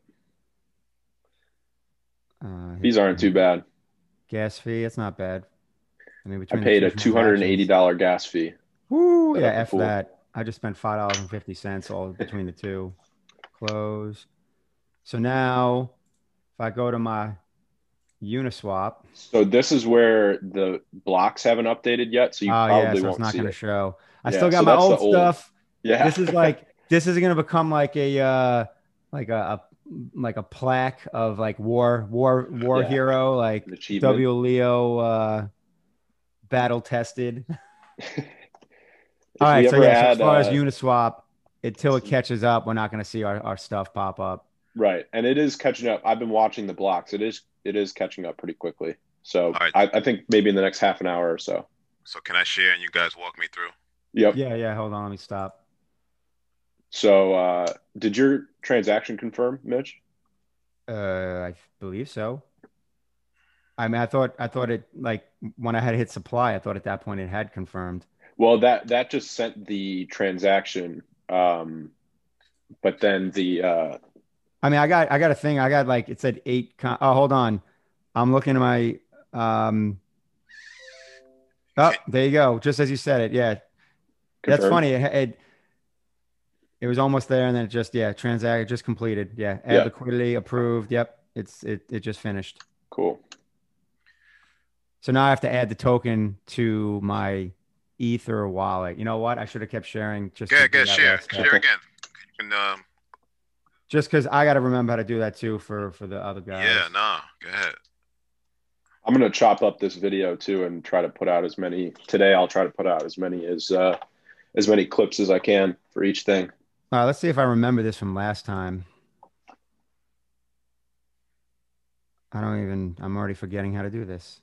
Speaker 4: Uh,
Speaker 2: These aren't too bad.
Speaker 4: Gas fee. It's not bad. I mean,
Speaker 2: I
Speaker 4: between the
Speaker 2: paid
Speaker 4: two
Speaker 2: a two hundred and
Speaker 4: transactions-
Speaker 2: eighty dollar gas fee.
Speaker 4: Woo,
Speaker 2: Set
Speaker 4: yeah,
Speaker 2: up the
Speaker 4: F
Speaker 2: pool.
Speaker 4: that. I just spent five dollars and fifty cents all between the two. Close. So now if I go to my Uniswap,
Speaker 2: So this is where the blocks haven't updated yet, so
Speaker 4: oh
Speaker 2: you
Speaker 4: yeah,
Speaker 2: probably
Speaker 4: so it's
Speaker 2: won't
Speaker 4: not
Speaker 2: see
Speaker 4: gonna
Speaker 2: it.
Speaker 4: show. I
Speaker 2: Yeah,
Speaker 4: still got
Speaker 2: so
Speaker 4: my
Speaker 2: that's the
Speaker 4: old,
Speaker 2: old-
Speaker 4: stuff.
Speaker 2: yeah.
Speaker 4: This is like this is gonna become like a uh like a, a like a plaque of like war war war
Speaker 2: Yeah.
Speaker 4: hero, like
Speaker 2: an achievement.
Speaker 4: W Leo uh battle tested.
Speaker 2: if we
Speaker 4: All right, so
Speaker 2: ever
Speaker 4: yeah, so
Speaker 2: had,
Speaker 4: as far as
Speaker 2: uh,
Speaker 4: Uniswap, until it catches up, we're not going to see our, our stuff pop up.
Speaker 2: Right, and it is catching up. I've been watching the blocks. It is it is catching up pretty quickly. So
Speaker 1: right.
Speaker 2: I, I think maybe in the next half an hour or so.
Speaker 1: So can I share and you guys walk me through?
Speaker 2: Yep.
Speaker 4: Yeah, yeah. Hold on, let me stop.
Speaker 2: So uh, did your transaction confirm, Mitch?
Speaker 4: Uh, I believe so. I mean, I thought I thought it like when I had hit supply, I thought at that point it had confirmed.
Speaker 2: Well, that that just sent the transaction, um, but then the uh,
Speaker 4: I mean, I got I got a thing. I got like it said eight. Con- oh, hold on. I'm looking at my. um Oh, there you go. Just as you said it. Yeah, that's
Speaker 2: Confirmed.
Speaker 4: funny. It, it it was almost there, and then it just yeah, transact just completed. Yeah, add
Speaker 2: Yeah.
Speaker 4: liquidity approved. Yep, it's it it just finished.
Speaker 2: Cool.
Speaker 4: So now I have to add the token to my Ether wallet. You know what? I should have kept sharing. Just to
Speaker 1: Yeah,
Speaker 4: do
Speaker 1: yeah,
Speaker 4: that
Speaker 1: share,
Speaker 4: last step.
Speaker 1: share again. You can, um,
Speaker 4: Just because I got to remember how to do that too for for the other guys.
Speaker 1: yeah, nah, go ahead.
Speaker 2: I'm gonna chop up this video too and try to put out as many today. I'll try to put out as many as uh, as many clips as I can for each thing.
Speaker 4: All right, Uh, let's see if I remember this from last time. I don't even. I'm already forgetting how to do this.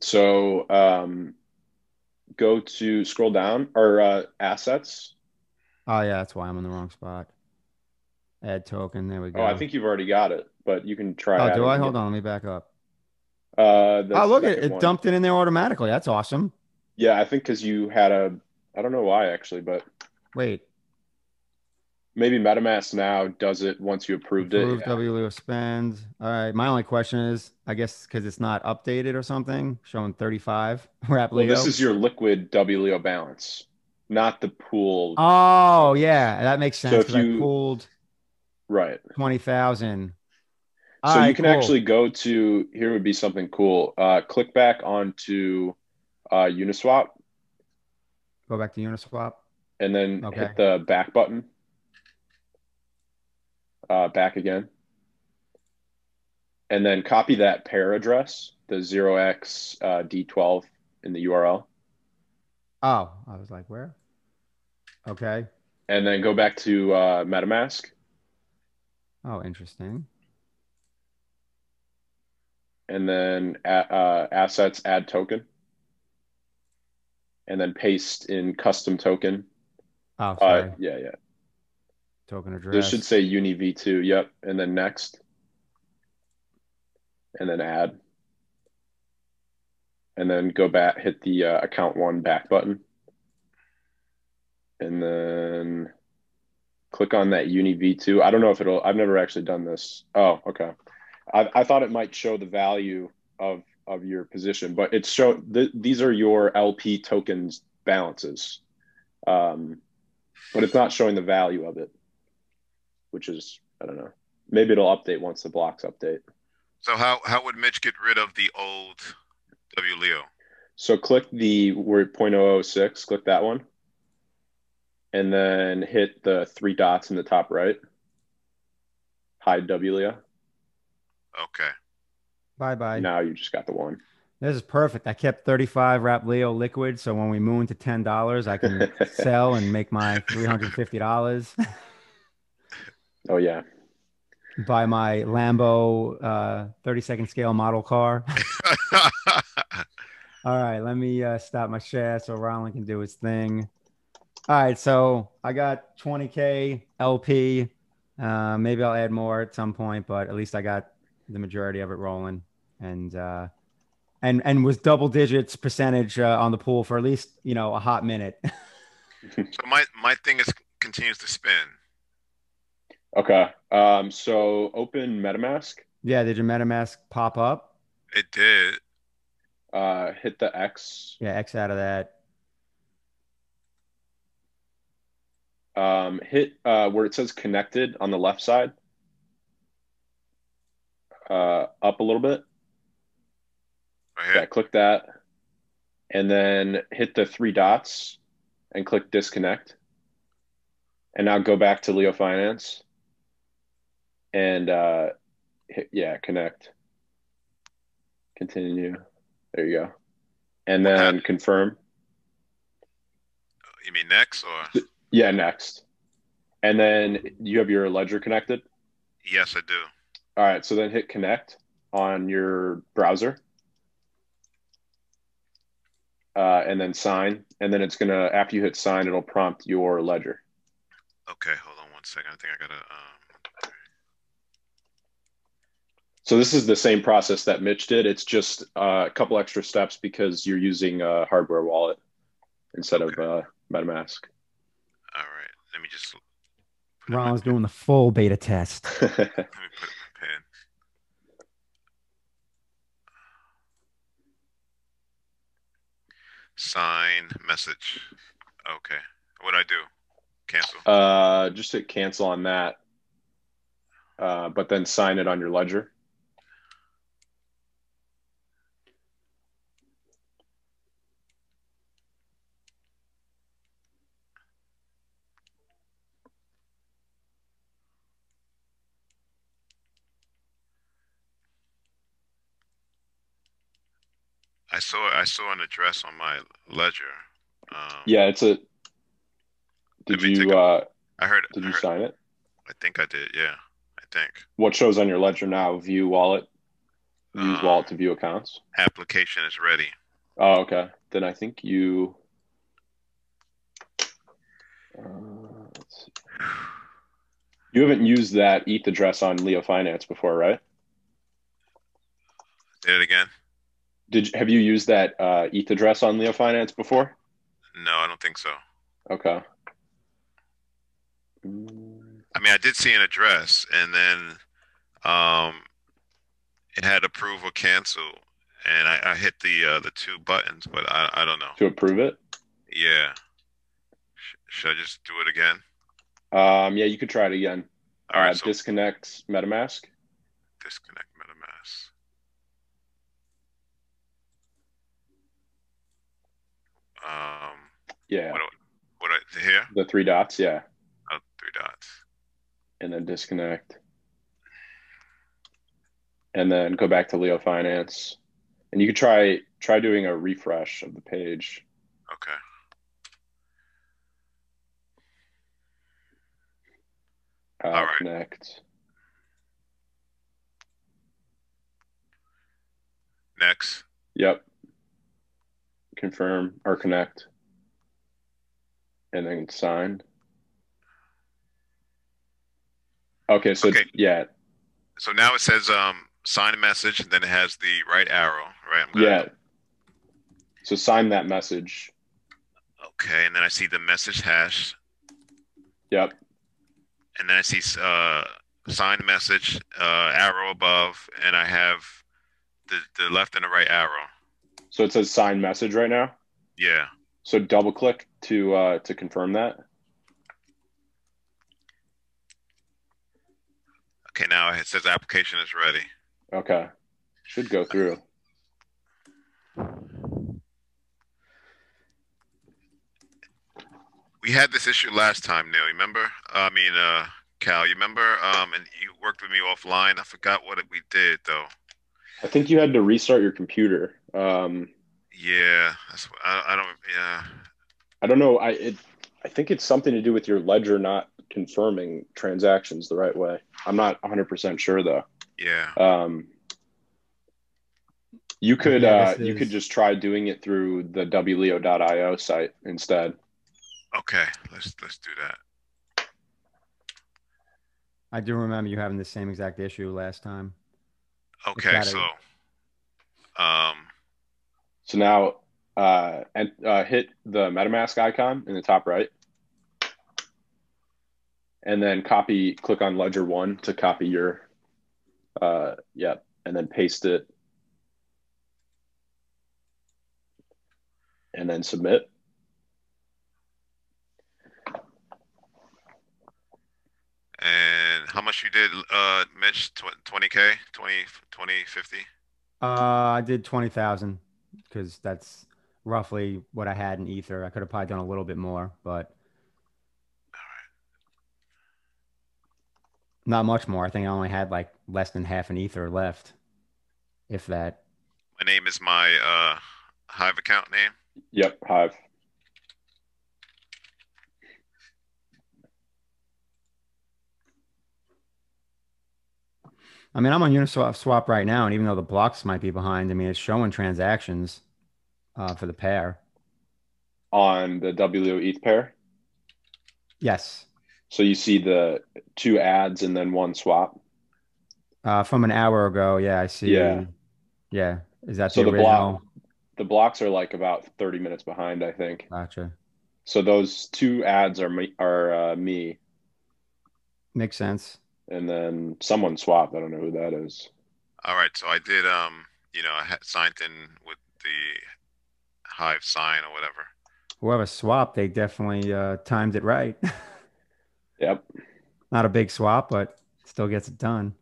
Speaker 2: So um, go to scroll down or uh, assets.
Speaker 4: Oh yeah, that's why I'm in the wrong spot. Add token. There we go.
Speaker 2: Oh, I think you've already got it, but you can try.
Speaker 4: Oh,
Speaker 2: adding
Speaker 4: do I?
Speaker 2: it.
Speaker 4: Hold on. Let me back up.
Speaker 2: Uh, the
Speaker 4: oh, look at
Speaker 2: second
Speaker 4: it.
Speaker 2: one.
Speaker 4: Dumped it in there automatically. That's awesome.
Speaker 2: Yeah, I think because you had a, I don't know why actually, but
Speaker 4: Wait.
Speaker 2: maybe MetaMask now does it once you approved it.
Speaker 4: Approve
Speaker 2: Yeah.
Speaker 4: W Leo spend. All right. My only question is, I guess, because it's not updated or something, showing 35 rap
Speaker 2: Well,
Speaker 4: Leo.
Speaker 2: this is your liquid WLEO balance, not the pool.
Speaker 4: oh, yeah. That makes sense.
Speaker 2: So if
Speaker 4: 'cause I
Speaker 2: you-
Speaker 4: pooled
Speaker 2: Right.
Speaker 4: 20,000.
Speaker 2: So
Speaker 4: All
Speaker 2: you
Speaker 4: right,
Speaker 2: can
Speaker 4: cool.
Speaker 2: actually go to here would be something cool. Uh, click back onto uh, Uniswap
Speaker 4: go back to Uniswap.
Speaker 2: and then
Speaker 4: Okay.
Speaker 2: hit the back button. Uh, back again. And then copy that pair address, the 0x uh, D12 in the URL.
Speaker 4: Oh, I was like, where? Okay.
Speaker 2: And then go back to uh, MetaMask
Speaker 4: Oh, interesting.
Speaker 2: and then a- uh, assets add token. And then paste in custom token.
Speaker 4: Oh, sorry.
Speaker 2: Uh, yeah, yeah.
Speaker 4: Token
Speaker 2: This
Speaker 4: address.
Speaker 2: should say Uni V2. Yep. And then next. And then add. And then go back, hit the uh, account one back button. And then click on that Uni V2. I don't know if it'll, I've never actually done this. Oh, okay. I, I thought it might show the value of of your position, but it's show th- these are your LP tokens balances. Um, but it's not showing the value of it which is I don't know. Maybe it'll update once the blocks update.
Speaker 1: So how how would Mitch get rid of the old W Leo?
Speaker 2: So click the we're at 0.006, click that one, and then hit the three dots in the top right. Hide WLEO.
Speaker 1: Okay,
Speaker 4: bye bye.
Speaker 2: Now you just got the one.
Speaker 4: This is perfect. I kept 35 Rap Leo liquid. So when we moon to $10, I can sell and make my $350.
Speaker 2: Oh yeah.
Speaker 4: buy my Lambo uh, 30 second scale model car. All right, let me uh, stop my share so Roland can do his thing. All right, so I got 20K LP. Uh, maybe I'll add more at some point, but at least I got the majority of it rolling and uh, and and was double digits percentage uh, on the pool for at least you know a hot minute.
Speaker 1: so my my thing is continues to spin.
Speaker 2: Okay. Um, so open MetaMask,
Speaker 4: yeah, did your MetaMask pop up?
Speaker 1: It did.
Speaker 2: uh, hit the X,
Speaker 4: Yeah, X out of that.
Speaker 2: um, hit uh, where it says connected on the left side. Uh, up a little bit.
Speaker 1: Right
Speaker 2: Yeah,
Speaker 1: here.
Speaker 2: click that. And then hit the three dots and click disconnect. And now go back to Leo Finance and uh, hit, yeah, connect. Continue. There you go. And then confirm.
Speaker 1: You mean next or?
Speaker 2: Yeah, next. And then you have your ledger connected.
Speaker 1: Yes, I do.
Speaker 2: All right, so then hit connect on your browser. Uh, and then sign. And then it's going to, after you hit sign, it'll prompt your ledger.
Speaker 1: Okay, hold on one second. I think I gotta. Um,
Speaker 2: So this is the same process that Mitch did. It's just uh, a couple extra steps because you're using a hardware wallet instead of uh, MetaMask.
Speaker 1: all right, let me just.
Speaker 4: Ron's doing the full beta test.
Speaker 1: Let me put it in my pen. Sign message. Okay. What I do? Cancel.
Speaker 2: uh, just hit cancel on that, uh, but then sign it on your ledger.
Speaker 1: I saw I saw an address on my ledger. Um,
Speaker 2: Yeah, it's a.
Speaker 1: Did
Speaker 2: Did
Speaker 1: we take
Speaker 2: you
Speaker 1: a-
Speaker 2: uh,
Speaker 1: I heard.
Speaker 2: did
Speaker 1: I,
Speaker 2: you
Speaker 1: heard-
Speaker 2: sign it?
Speaker 1: I think I did. Yeah, I think
Speaker 2: What shows on your ledger now? View wallet. Use
Speaker 1: Uh.
Speaker 2: wallet to view accounts.
Speaker 1: application is ready.
Speaker 2: Oh, okay. Then I think you. Uh, let's see. You haven't used that ETH address on Leo Finance before, right?
Speaker 1: Did it again?
Speaker 2: Did you- have you used that uh, ETH address on Leo Finance before?
Speaker 1: No, I don't think so.
Speaker 2: Okay. Mm,
Speaker 1: I mean, I did see an address, and then um, it had approve or cancel, and I, I hit the uh, the two buttons, but I I don't know.
Speaker 2: To approve it?
Speaker 1: Yeah, Sh- should I just do it again?
Speaker 2: Um, yeah, you could try it again.
Speaker 1: All right,
Speaker 2: Uh,
Speaker 1: so
Speaker 2: disconnect MetaMask.
Speaker 1: disconnect MetaMask. Um,
Speaker 2: Yeah,
Speaker 1: what do, what do I here?
Speaker 2: the three dots. Yeah,
Speaker 1: Oh, three dots.
Speaker 2: and then disconnect. And then go back to Leo Finance. And you could try try doing a refresh of the page.
Speaker 1: Okay.
Speaker 2: Uh,
Speaker 1: All right.
Speaker 2: Connect.
Speaker 1: Next.
Speaker 2: Yep. Confirm or connect. And then sign. Okay, so
Speaker 1: Okay.
Speaker 2: yeah,
Speaker 1: So now it says um sign a message, and then it has the right arrow, right? I'm gonna
Speaker 2: yeah. So sign that message.
Speaker 1: Okay, and then I see the message hash,
Speaker 2: Yep.
Speaker 1: and then I see uh, sign message uh, arrow above, and I have the the left and the right arrow.
Speaker 2: So it says sign message right now.
Speaker 1: Yeah.
Speaker 2: So double click to uh, to confirm that.
Speaker 1: Okay, now it says application is ready.
Speaker 2: Okay. Should go through.
Speaker 1: We had this issue last time, Neil. You remember? I mean, uh, Cal, you remember? Um, and you worked with me offline. I forgot what we did though.
Speaker 2: I think you had to restart your computer. Um,
Speaker 1: Yeah, that's what, I, I don't. Yeah,
Speaker 2: I don't know. I it, I think it's something to do with your ledger not confirming transactions the right way. I'm not 100% sure though.
Speaker 1: yeah.
Speaker 2: Um, you could
Speaker 4: Yeah,
Speaker 2: uh,
Speaker 4: this
Speaker 2: you could
Speaker 4: is-
Speaker 2: just try doing it through the wleo.io site instead.
Speaker 1: Okay, let's let's do that.
Speaker 4: I do remember you having the same exact issue last time.
Speaker 1: Okay,
Speaker 4: gotta-
Speaker 1: so, um,
Speaker 2: So now uh, and uh, hit the MetaMask icon in the top right. And then copy, click on ledger one to copy your, uh, yeah, and then paste it. And then submit.
Speaker 1: and how much you did, uh, Mitch? Tw- 20K, 20, 20, 50?
Speaker 4: Uh, I did 20,000 because that's roughly what I had in Ether. I could have probably done a little bit more, but not much more. I think I only had like less than half an Ether left, if that.
Speaker 1: My name is my uh Hive account name.
Speaker 2: Yep, Hive.
Speaker 4: I mean, I'm on Uniswap swap right now, and even though the blocks might be behind, I mean, it's showing transactions uh, for the pair.
Speaker 2: on the WLO ETH pair.
Speaker 4: Yes,
Speaker 2: So you see the two ads and then one swap.
Speaker 4: uh, from an hour ago. Yeah, I see.
Speaker 2: Yeah.
Speaker 4: yeah. Is that
Speaker 2: So
Speaker 4: the
Speaker 2: the block-
Speaker 4: original?
Speaker 2: The blocks are like about 30 minutes behind, I think.
Speaker 4: Gotcha.
Speaker 2: So those two ads are me, are uh, me.
Speaker 4: Makes sense.
Speaker 2: and then someone swapped. I don't know who that is.
Speaker 1: All right, so I did, um, you know, I had signed in with the Hive sign or whatever.
Speaker 4: Whoever swapped, they definitely uh, timed it right.
Speaker 2: Yep.
Speaker 4: Not a big swap, but still gets it done.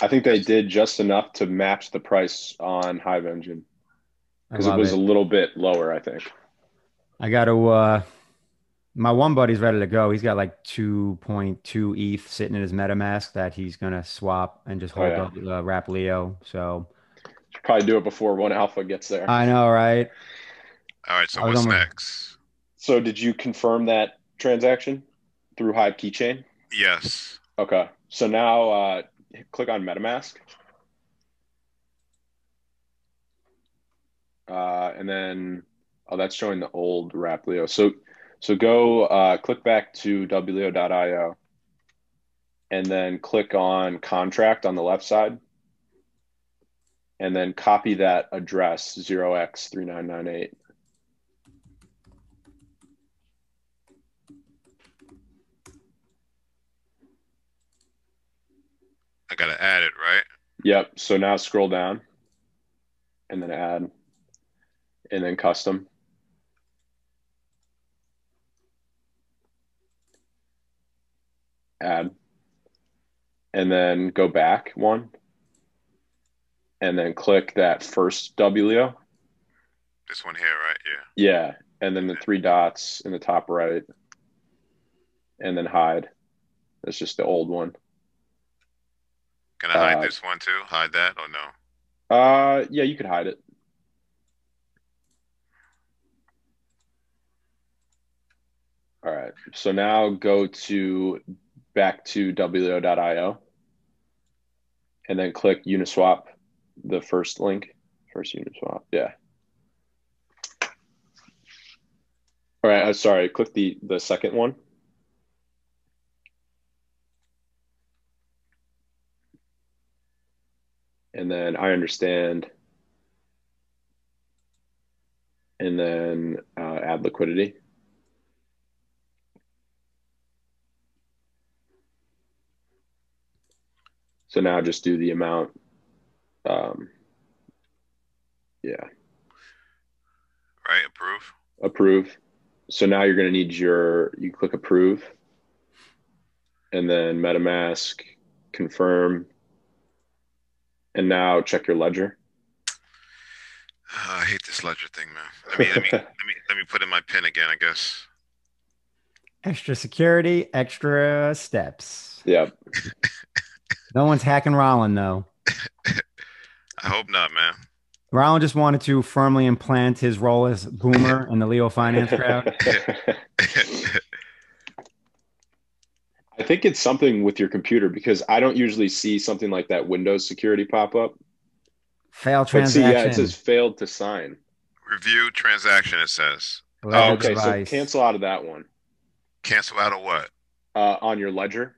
Speaker 2: I think they did just enough to match the price on Hive Engine
Speaker 4: I
Speaker 2: because it
Speaker 4: love
Speaker 2: was
Speaker 4: it.
Speaker 2: a little bit lower, I think.
Speaker 4: I got to. Uh, my one buddy's ready to go. He's got like 2.2 ETH sitting in his MetaMask that he's gonna swap and just
Speaker 2: Oh,
Speaker 4: hold
Speaker 2: yeah.
Speaker 4: up uh, Rap Leo. So
Speaker 2: Should probably do it before one alpha gets there.
Speaker 4: I know, right?
Speaker 1: All right, so
Speaker 4: I was
Speaker 1: what's
Speaker 4: on my-
Speaker 1: next?
Speaker 2: so, did you confirm that transaction through Hive Keychain?
Speaker 1: Yes.
Speaker 2: Okay. So now uh, click on MetaMask. Uh, and then, oh, that's showing the old Rapleo. So, so go uh, click back to E wleo.io and then click on contract on the left side and then copy that address 0x3998.
Speaker 1: I gotta add it, right?
Speaker 2: Yep. So now scroll down and then add and then custom. Add and then go back one and then click that first WLEO.
Speaker 1: This one here, right? Yeah.
Speaker 2: Yeah. And then the three dots in the top right and then hide. That's just the old one.
Speaker 1: Can I hide
Speaker 2: Uh,
Speaker 1: this one too? Hide that or no?
Speaker 2: Uh, yeah, you could hide it. All right. So now go to back to WLO.io and then click Uniswap, the first link, first Uniswap. Yeah. All right. I'm sorry. Click the the second one. and then I understand, and then uh, add liquidity. So now just do the amount. Um, yeah,
Speaker 1: Right? Approve.
Speaker 2: approve. So now you're going to need your, you click approve and then MetaMask, confirm, and now check your ledger.
Speaker 1: I hate this ledger thing, man. Let me, let me, let me, let me put in my pin again, I guess.
Speaker 4: Extra security, extra steps.
Speaker 2: Yeah.
Speaker 4: No one's hacking Rollin though.
Speaker 1: I hope not, man.
Speaker 4: Rollin just wanted to firmly implant his role as boomer in the Leo finance crowd.
Speaker 2: I think it's something with your computer because I don't usually see something like that Windows security pop up.
Speaker 4: Fail
Speaker 2: But see,
Speaker 4: transaction.
Speaker 2: yeah, it says failed to sign.
Speaker 1: Review transaction, it says.
Speaker 2: Oh,
Speaker 4: Ledger
Speaker 2: okay, so
Speaker 4: device.
Speaker 2: cancel out of that one
Speaker 1: Cancel out of what?
Speaker 2: uh, on your ledger.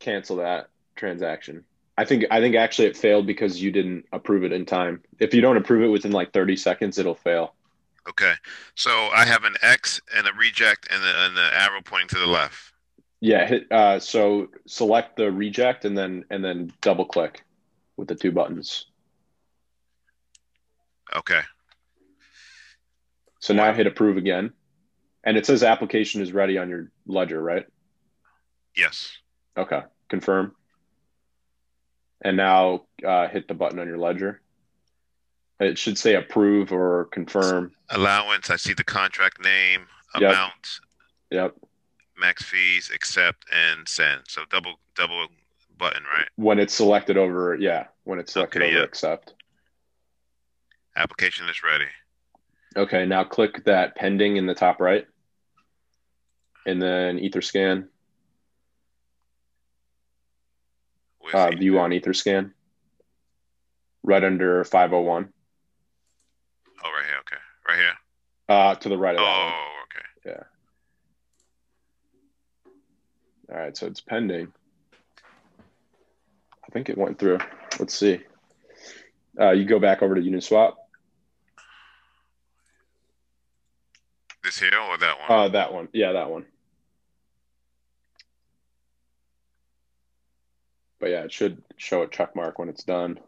Speaker 2: Cancel that transaction. I think I think actually it failed because you didn't approve it in time. If you don't approve it within like 30 seconds, it'll fail.
Speaker 1: Okay. So I have an X and a reject and the, and the arrow pointing to the left.
Speaker 2: Yeah. Hit, uh, so select the reject and then and then double click with the two buttons.
Speaker 1: Okay.
Speaker 2: So now hit approve again, and it says application is ready on your ledger, right?
Speaker 1: Yes.
Speaker 2: Okay, confirm. And now uh, hit the button on your ledger. It should say approve or confirm.
Speaker 1: Allowance, I see the contract name,
Speaker 2: Yep.
Speaker 1: amount,
Speaker 2: Yep.
Speaker 1: max fees, accept, and send. So double double button, right?
Speaker 2: When it's selected over, yeah, when it's selected
Speaker 1: Okay,
Speaker 2: over
Speaker 1: yeah.
Speaker 2: accept.
Speaker 1: Application is ready.
Speaker 2: Okay, now click that pending in the top right. And then Etherscan,
Speaker 1: Where's
Speaker 2: uh,
Speaker 1: the-
Speaker 2: view on Etherscan, right under 501,
Speaker 1: Oh, right here. Okay. Right here.
Speaker 2: uh, to the right of that one.
Speaker 1: Oh, okay.
Speaker 2: All right, so it's pending. I think it went through. Let's see. Uh, you go back over to Uniswap.
Speaker 1: This here or that one?
Speaker 2: Uh, that one. Yeah, that one. But yeah, it should show a check mark when it's done.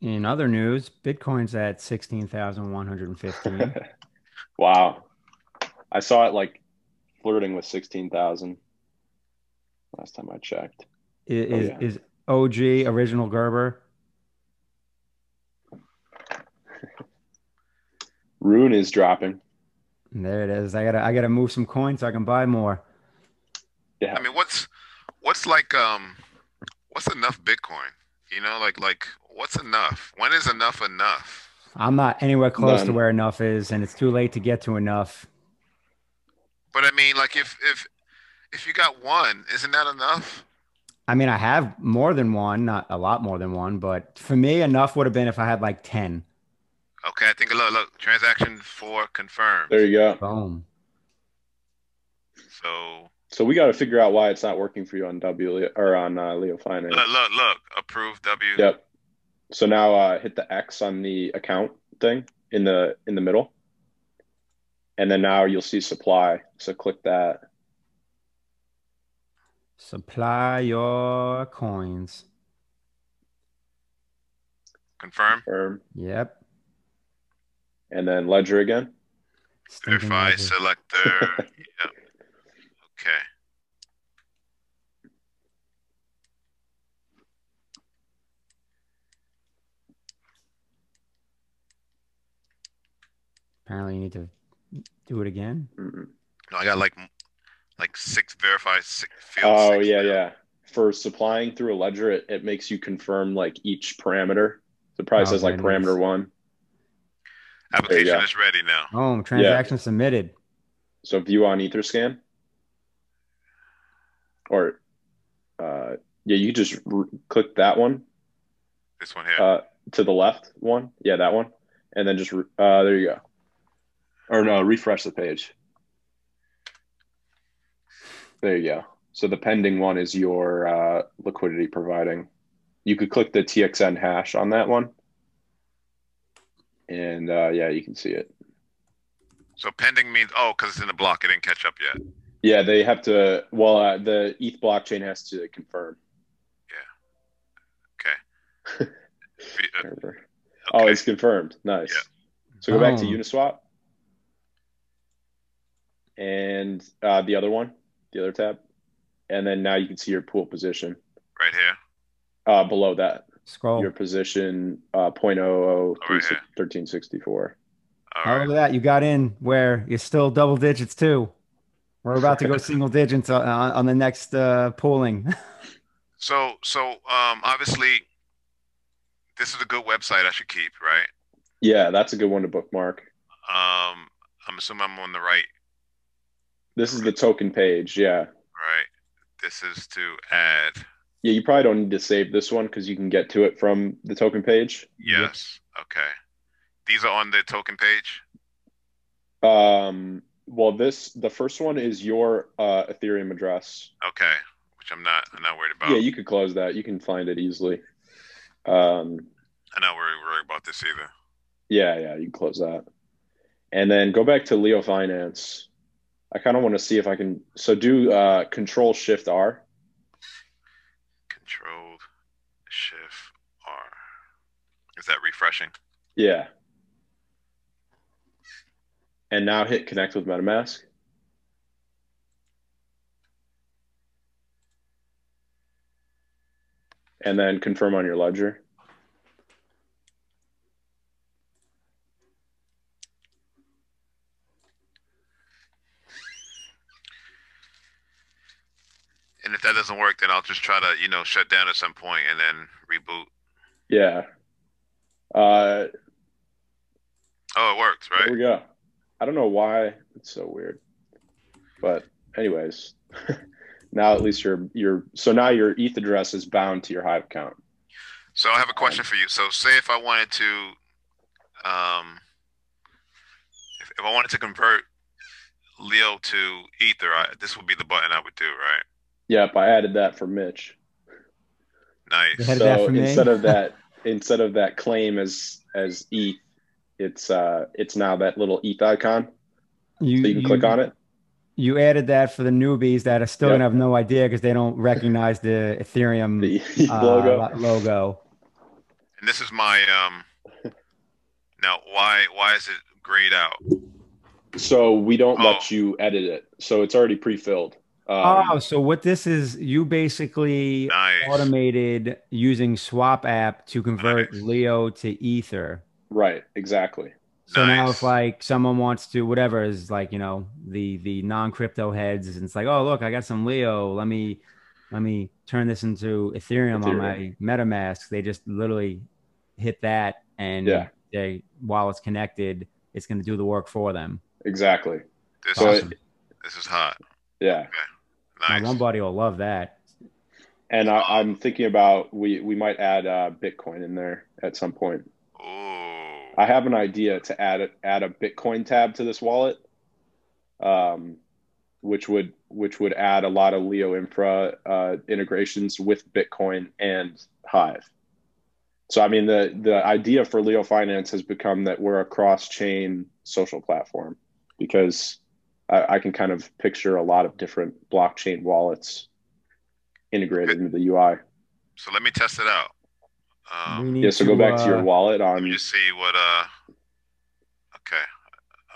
Speaker 4: In other news, Bitcoin's at sixteen thousand one hundred and fifteen.
Speaker 2: wow. I saw it like flirting with 16,000 last time I checked.
Speaker 4: is,
Speaker 2: Oh,
Speaker 4: is,
Speaker 2: yeah.
Speaker 4: is OG original Gerber?
Speaker 2: Rune is dropping.
Speaker 4: And there it is. I gotta I gotta move some coins so I can buy more.
Speaker 2: Yeah.
Speaker 1: I mean, what's what's like um what's enough Bitcoin? You know, like like what's enough? When is enough enough?
Speaker 4: I'm not anywhere close to
Speaker 2: None.
Speaker 4: where enough is, and it's too late to get to enough.
Speaker 1: But I mean, like if if if you got one, isn't that enough?
Speaker 4: I mean, I have more than one, not a lot more than one, but for me, enough would have been if I had like 10.
Speaker 1: Okay, I think look look transaction four confirmed.
Speaker 2: There you go.
Speaker 4: Boom.
Speaker 1: So
Speaker 2: So we got to figure out why it's not working for you on W or on uh, Leo Finance.
Speaker 1: look look look approved W.
Speaker 2: Yep. So now uh, hit the X on the account thing in the in the middle, and then now you'll see supply. So click that.
Speaker 4: Supply your coins.
Speaker 1: Confirm.
Speaker 2: Or,
Speaker 4: Yep.
Speaker 2: and then ledger again.
Speaker 4: Stinking
Speaker 1: Verify
Speaker 4: ledger.
Speaker 1: selector. Yep. Okay.
Speaker 4: Apparently, you need to do it again.
Speaker 2: Mm-mm.
Speaker 1: No, I got like m- like six verified six field
Speaker 2: Oh
Speaker 1: six
Speaker 2: yeah,
Speaker 1: now.
Speaker 2: yeah. For supplying through a ledger, it, it makes you confirm like each parameter. So it probably
Speaker 4: Oh,
Speaker 2: says like
Speaker 4: very nice.
Speaker 2: parameter one.
Speaker 1: Application
Speaker 2: go.
Speaker 1: is ready now.
Speaker 4: Boom. Transaction submitted.
Speaker 2: So view on Etherscan, or uh, yeah, you just r click that one
Speaker 1: This one here.
Speaker 2: uh, to the left one. Yeah, that one, and then just re- uh, there you go. Or no, refresh the page. There you go. So the pending one is your uh, liquidity providing. You could click the TXN hash on that one, and uh, yeah, you can see it.
Speaker 1: So pending means oh, because it's in the block. It didn't catch up yet.
Speaker 2: Yeah, they have to. Well, uh, the ETH blockchain has to confirm.
Speaker 1: Fe- uh,
Speaker 2: Oh,
Speaker 1: okay.
Speaker 2: it's confirmed. Nice. So go back to
Speaker 4: Boom.
Speaker 2: Uniswap and uh, the other one, the other tab, and then now you can see your pool position
Speaker 1: right here.
Speaker 2: uh, below that.
Speaker 4: Scroll.
Speaker 2: Your position uh, 0.001364.
Speaker 1: All
Speaker 4: Oh,
Speaker 1: right.
Speaker 4: look at that. You got in where you're still double digits, too. We're about to go single digits on, on on the next uh, pooling.
Speaker 1: So so um obviously this is a good website I should keep, right?
Speaker 2: Yeah, that's a good one to bookmark.
Speaker 1: Um I'm assuming I'm on the right
Speaker 2: This is the token page. Yeah.
Speaker 1: right. This is to add.
Speaker 2: Yeah, you probably don't need to save this one because you can get to it from the token page.
Speaker 1: Yes. Okay. These are on the token page.
Speaker 2: Um, well, this, the first one is your uh, Ethereum address.
Speaker 1: Okay. Which I'm not I'm not worried about.
Speaker 2: Yeah, you could close that. You can find it easily. Um,
Speaker 1: I'm not worried, worried about this either.
Speaker 2: yeah, yeah, you can close that. And then go back to Leo Finance. I kind of want to see if I can. So do uh, Control Shift R.
Speaker 1: Control Shift R. Is that refreshing?
Speaker 2: Yeah. And now hit connect with MetaMask. And then confirm on your ledger.
Speaker 1: And if that doesn't work, then I'll just try to, you know, shut down at some point and then reboot.
Speaker 2: Yeah. Uh,
Speaker 1: Oh, it works,
Speaker 2: There
Speaker 1: right?
Speaker 2: we go. I don't know why it's so weird, but anyways, now at least your your so now your ETH address is bound to your Hive account.
Speaker 1: So I have a question for you. So say if I wanted to, um, if, if I wanted to convert Leo to Ether, I, this would be the button I would do, right?
Speaker 2: Yep, I added that for Mitch.
Speaker 1: Nice.
Speaker 4: Added that
Speaker 2: So
Speaker 4: for me?
Speaker 2: instead of that instead of that claim as as ETH, it's uh it's now that little ETH icon.
Speaker 4: You,
Speaker 2: So you can click on it.
Speaker 4: You added that for the newbies that are still
Speaker 2: Yep.
Speaker 4: gonna have no idea because they don't recognize the Ethereum
Speaker 2: The E
Speaker 4: uh,
Speaker 2: logo.
Speaker 4: lo- logo.
Speaker 1: And this is my um. Now, why why is it grayed out?
Speaker 2: So we don't
Speaker 1: Oh.
Speaker 2: let you edit it. So it's already pre-filled. Um,
Speaker 4: Oh, so what this is, you basically
Speaker 1: Nice.
Speaker 4: automated using Swap app to convert Leo to Ether.
Speaker 2: Right. Exactly.
Speaker 4: So now
Speaker 1: Nice.
Speaker 4: if like someone wants to whatever is like you know the the non crypto heads and it's like oh look I got some Leo let me let me turn this into Ethereum, on my
Speaker 2: Ethereum.
Speaker 4: MetaMask they just literally hit that and
Speaker 2: Yeah.
Speaker 4: they while it's connected it's going to do the work for them.
Speaker 2: Exactly.
Speaker 1: This
Speaker 2: So
Speaker 1: is
Speaker 2: it-
Speaker 1: this is hot.
Speaker 2: Yeah.
Speaker 4: My
Speaker 1: Nice.
Speaker 4: one buddy will love that.
Speaker 2: And I, I'm thinking about we we might add uh, Bitcoin in there at some point.
Speaker 1: Ooh.
Speaker 2: I have an idea to add a, add a Bitcoin tab to this wallet, um, which would which would add a lot of Leo infra uh, integrations with Bitcoin and Hive. So I mean the the idea for Leo Finance has become that we're a cross chain social platform because I, I can kind of picture a lot of different blockchain wallets integrated into the UI.
Speaker 1: So let me test it out.
Speaker 4: We
Speaker 1: Um,
Speaker 4: need
Speaker 2: Yeah, so go back to your
Speaker 4: uh,
Speaker 2: wallet
Speaker 1: let
Speaker 2: on
Speaker 1: me just see what uh. Okay.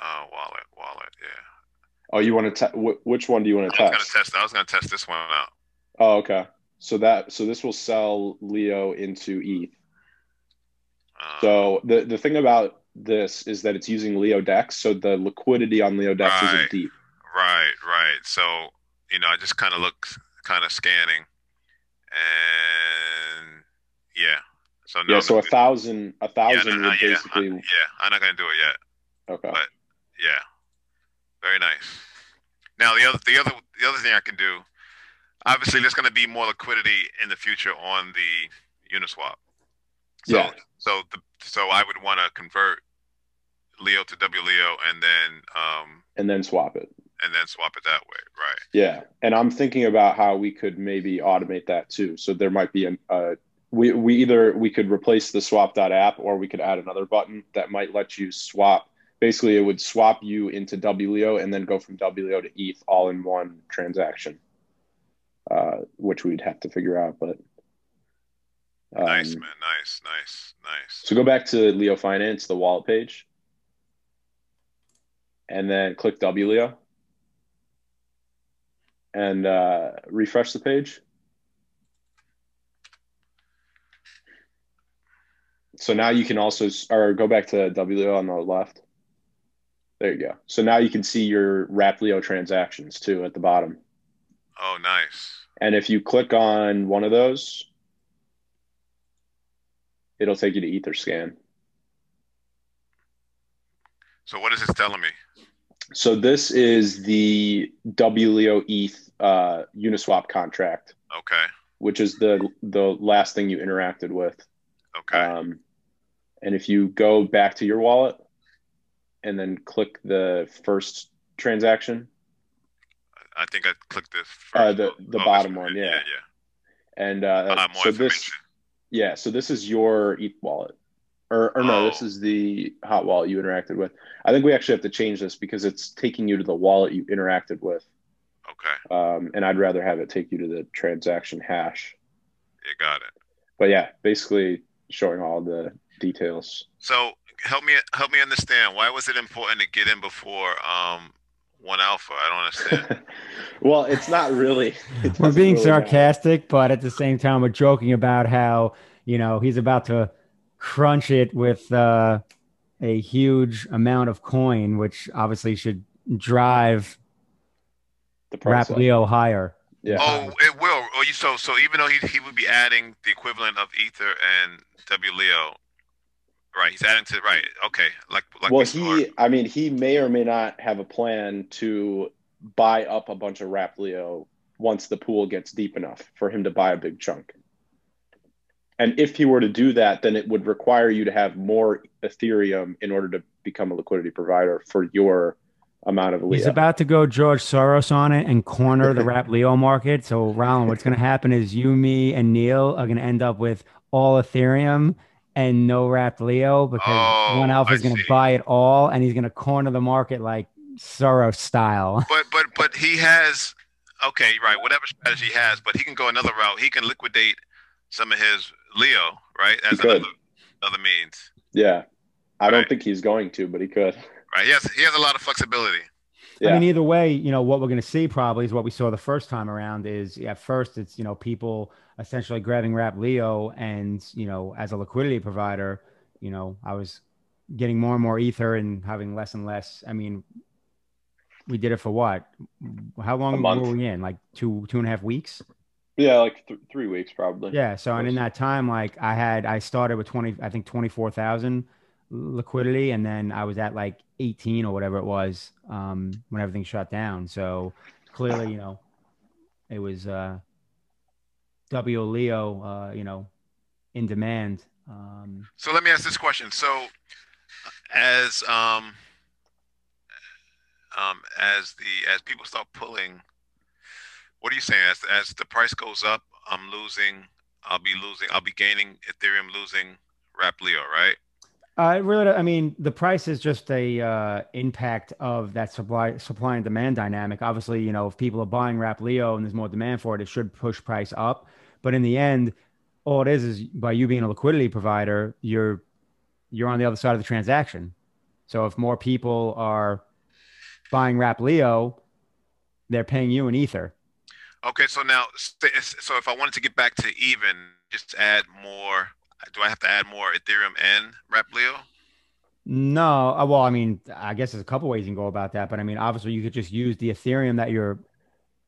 Speaker 1: Uh, wallet, wallet, yeah.
Speaker 2: oh you want to te- wh- which one do you want to
Speaker 1: I was gonna
Speaker 2: test?
Speaker 1: test. I was gonna test this one out.
Speaker 2: Oh, okay. So that so this will sell Leo into ETH.
Speaker 1: Uh,
Speaker 2: So the the thing about this is that it's using Leo Dex, so the liquidity on Leo Dex
Speaker 1: Right.
Speaker 2: isn't deep.
Speaker 1: Right, right. So, you know, I just kind of looked, kind of scanning, and yeah. So no,
Speaker 2: Yeah, so a
Speaker 1: liquid-
Speaker 2: thousand a
Speaker 1: yeah,
Speaker 2: thousand
Speaker 1: no, no,
Speaker 2: would
Speaker 1: yeah,
Speaker 2: basically
Speaker 1: uh, yeah. I'm not gonna do it yet.
Speaker 2: okay.
Speaker 1: but- Yeah, very nice. Now the other, the other, the other thing I can do, obviously, there's gonna be more liquidity in the future on the Uniswap. So,
Speaker 2: Yeah.
Speaker 1: so the so I would want to convert Leo to WLEO and then um
Speaker 2: And then swap it.
Speaker 1: and then swap it that way, right?
Speaker 2: Yeah. And I'm thinking about how we could maybe automate that too. So there might be an uh we, we either we could replace the swap.app or we could add another button that might let you swap. Basically, it would swap you into WLEO and then go from WLEO to ETH all in one transaction, uh, which we'd have to figure out. But um,
Speaker 1: Nice, man. Nice, nice, nice.
Speaker 2: so go back to Leo Finance, the wallet page, and then click WLEO and uh, refresh the page. So now you can also, or go back to WLEO on the left. There you go. So now you can see your Wrap Leo transactions too at the bottom.
Speaker 1: Oh, nice.
Speaker 2: And if you click on one of those, it'll take you to Etherscan.
Speaker 1: So what is this telling me?
Speaker 2: So this is the WLEO ETH uh, Uniswap contract,
Speaker 1: Okay,
Speaker 2: which is the the last thing you interacted with.
Speaker 1: okay.
Speaker 2: Um, and if you go back to your wallet and then click the first transaction,
Speaker 1: I think I clicked this
Speaker 2: uh,
Speaker 1: first.
Speaker 2: the
Speaker 1: Oh,
Speaker 2: the
Speaker 1: this
Speaker 2: bottom
Speaker 1: one.
Speaker 2: one,
Speaker 1: Yeah,
Speaker 2: yeah,
Speaker 1: yeah.
Speaker 2: and uh,
Speaker 1: Uh, more
Speaker 2: so this,
Speaker 1: information.
Speaker 2: yeah, so this is your ETH wallet, or or no,
Speaker 1: Oh.
Speaker 2: this is the hot wallet you interacted with. I think we actually have to change this because it's taking you to the wallet you interacted with.
Speaker 1: Okay,
Speaker 2: um, and I'd rather have it take you to the transaction hash.
Speaker 1: you got it.
Speaker 2: But yeah, basically showing all the details.
Speaker 1: So help me help me understand why was it important to get in before um one alpha? I don't understand.
Speaker 2: well, it's not really. it
Speaker 4: We're
Speaker 2: doesn't
Speaker 4: being
Speaker 2: really matter.
Speaker 4: sarcastic, but at the same time, we're joking about how you know he's about to crunch it with uh, a huge amount of coin, which obviously should drive
Speaker 2: The price
Speaker 4: Rap
Speaker 2: up.
Speaker 4: Leo higher.
Speaker 2: Yeah.
Speaker 1: Oh, it will. Oh, you so so even though he he would be adding the equivalent of Ether and W Leo, right? He's adding to right. Okay, like like we
Speaker 2: well,
Speaker 1: saw.
Speaker 2: he, I mean, he may or may not have a plan to buy up a bunch of Raplio once the pool gets deep enough for him to buy a big chunk. And if he were to do that, then it would require you to have more Ethereum in order to become a liquidity provider for your amount of
Speaker 4: He's
Speaker 2: Leo.
Speaker 4: about to go George Soros on it and corner the Rap Leo market. So, Roland, what's going to happen is you, me, and Neil are going to end up with all Ethereum and no wrapped Leo because
Speaker 1: Oh,
Speaker 4: one alpha
Speaker 1: I
Speaker 4: is going to
Speaker 1: see.
Speaker 4: buy it all and he's going to corner the market like Soros style.
Speaker 1: But but but he has okay, right, whatever strategy he has, but he can go another route. He can liquidate some of his Leo, right? As
Speaker 2: could.
Speaker 1: another another means.
Speaker 2: Yeah. I don't
Speaker 1: Right.
Speaker 2: think he's going to, but he could.
Speaker 1: Right. He has he has a lot of flexibility.
Speaker 4: I
Speaker 2: Yeah.
Speaker 4: mean, either way, you know, what we're going to see probably is what we saw the first time around is at first it's, you know, people essentially grabbing wrapped Leo and, you know, as a liquidity provider, you know, I was getting more and more ether and having less and less. I mean, we did it for what? How long
Speaker 2: month.
Speaker 4: were we in? Like two, two and a half weeks?
Speaker 2: Yeah, like th- three weeks probably.
Speaker 4: Yeah. So and in
Speaker 2: Close.
Speaker 4: that time, like I had, I started with twenty, I think twenty four thousand liquidity, and then I was at like eighteen or whatever it was um, when everything shut down. So clearly, you know, it was uh, W Leo, uh, you know, in demand. Um,
Speaker 1: So let me ask this question. So as um um as the as people start pulling what are you saying as as the price goes up I'm losing I'll be losing I'll be gaining Ethereum losing Rap Leo right
Speaker 4: I really, don't- I mean, the price is just a uh, impact of that supply, supply and demand dynamic. Obviously, you know, if people are buying Rap Leo and there's more demand for it, it should push price up. But in the end, all it is is by you being a liquidity provider, you're you're on the other side of the transaction. So if more people are buying Rap Leo, they're paying you in ether.
Speaker 1: okay so now st- so if I wanted to get back to even just add more do I have to add more Ethereum and Rap Leo
Speaker 4: No, uh, well, I mean, I guess there's a couple ways you can go about that, but I mean, obviously, you could just use the Ethereum that you're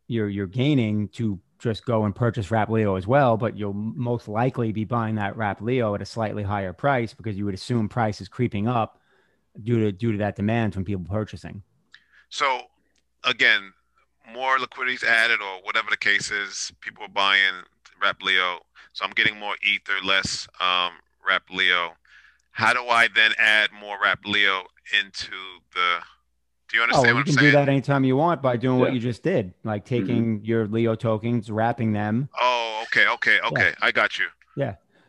Speaker 4: you're you're gaining to just go and purchase Wrap Leo as well. But you'll most likely be buying that Wrap Leo at a slightly higher price because you would assume price is creeping up due to due to that demand from people purchasing.
Speaker 1: So again, more liquidity's added or whatever the case is, people are buying Rap Leo. So I'm getting more ether, less um Rap Leo. How do I then add more Rap Leo into the Do you
Speaker 4: Oh,
Speaker 1: understand
Speaker 4: well, you
Speaker 1: what I'm
Speaker 4: can
Speaker 1: saying? Mm-hmm.
Speaker 4: do that anytime you want by doing what
Speaker 2: Yeah.
Speaker 4: you just did, like taking your Leo tokens, wrapping them,
Speaker 1: Oh, okay, okay, okay. I got you.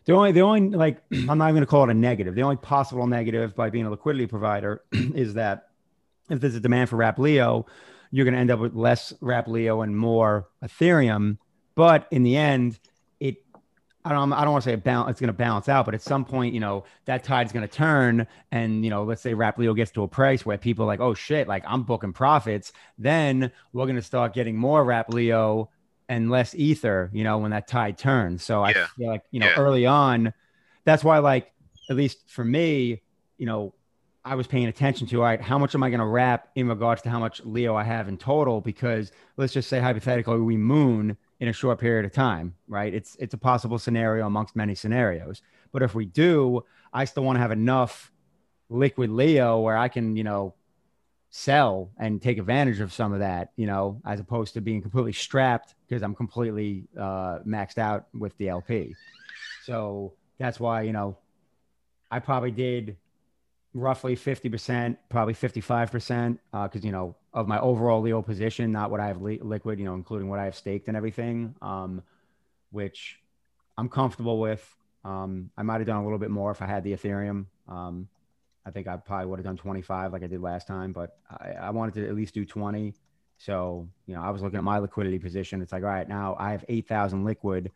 Speaker 4: The only, the only like, I'm not even going to call it a negative. The only possible negative by being a liquidity provider is that if there's a demand for Rap Leo, you're going to end up with less Rap Leo and more Ethereum. But in the end, it, I don't, I don't want to say it bal- it's going to balance out, but at some point, you know, that tide's going to turn. And, you know, let's say Rap Leo gets to a price where people are like, oh shit, like I'm booking profits. Then we're going to start getting more Rap Leo and less ether, you know, when that tide turns. So I
Speaker 1: Yeah.
Speaker 4: feel like, you know,
Speaker 1: Yeah.
Speaker 4: early on, that's why, like, at least for me, you know, I was paying attention to, all right, how much am I going to wrap in regards to how much Leo I have in total? Because let's just say hypothetically, we moon in a short period of time, right? It's, it's a possible scenario amongst many scenarios. But if we do, I still want to have enough liquid Leo where I can, you know, sell and take advantage of some of that, you know, as opposed to being completely strapped because I'm completely uh, maxed out with the LP. So that's why, you know, I probably did roughly 50%, probably 55%, because, you know, of my overall Leo position, not what I have li- liquid, you know, including what I have staked and everything, um, which I'm comfortable with. Um, I might have done a little bit more if I had the Ethereum. Um, I think I probably would have done 25 like I did last time, but I, I wanted to at least do 20. So, you know, I was looking at my liquidity position. It's like, all right, now I have 8,000 liquid.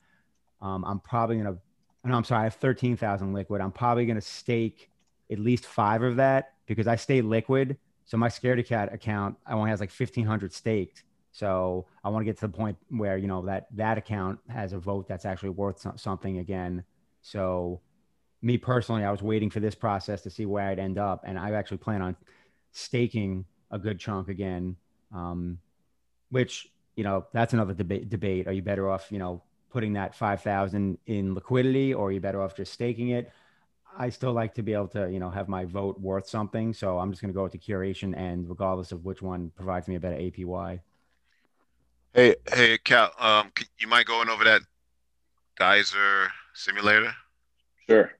Speaker 4: Um, I'm probably going to, no, I'm sorry, I have 13,000 liquid. I'm probably going to stake at least five of that because I stay liquid. So my scaredy cat account, I only has like 1500 staked. So I want to get to the point where, you know, that, that account has a vote that's actually worth so- something again. So, me personally, I was waiting for this process to see where I'd end up, and I actually plan on staking a good chunk again. Um, which you know that's another debate. Debate: Are you better off, you know, putting that five thousand in liquidity, or are you better off just staking it? I still like to be able to, you know, have my vote worth something, so I'm just going to go with the curation, and regardless of which one provides me a better APY.
Speaker 1: Hey, hey, Cal, um c- you mind going over that geyser simulator
Speaker 2: Sure.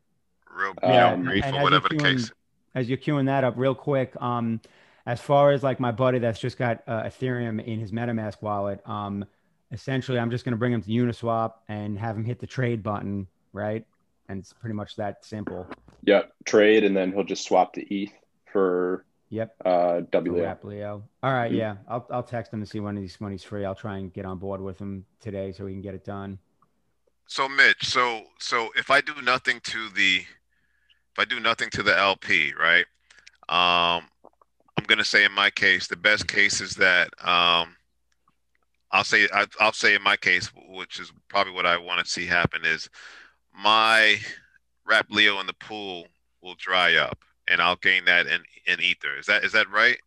Speaker 1: real
Speaker 2: Yeah,
Speaker 1: real
Speaker 2: and-
Speaker 1: brief
Speaker 4: and
Speaker 1: or
Speaker 4: as
Speaker 1: whatever the
Speaker 4: you're
Speaker 1: case?
Speaker 4: as you're queuing that up real quick um as far as like my buddy that's just got uh, ethereum in his metamask wallet um essentially i'm just going to bring him to uniswap and have him hit the trade button right and it's pretty much that simple.
Speaker 2: Yep. Trade, and then he'll just swap to ETH for
Speaker 4: Yep.
Speaker 2: uh, WL.
Speaker 4: Rap Leo. All right,
Speaker 1: Mm-hmm.
Speaker 2: Mhm.
Speaker 4: yeah. I'll I'll text him to see when he's when he's free. I'll try and get on board with him today so we can get it done.
Speaker 1: So Mitch, so so if I do nothing to the if I do nothing to the LP, right? Um I'm gonna say in my case, the best case is that um I'll say I, I'll say in my case, which is probably what I want to see happen, is my rap Leo in the pool will dry up, and I'll gain that in in ether. Is that is that right?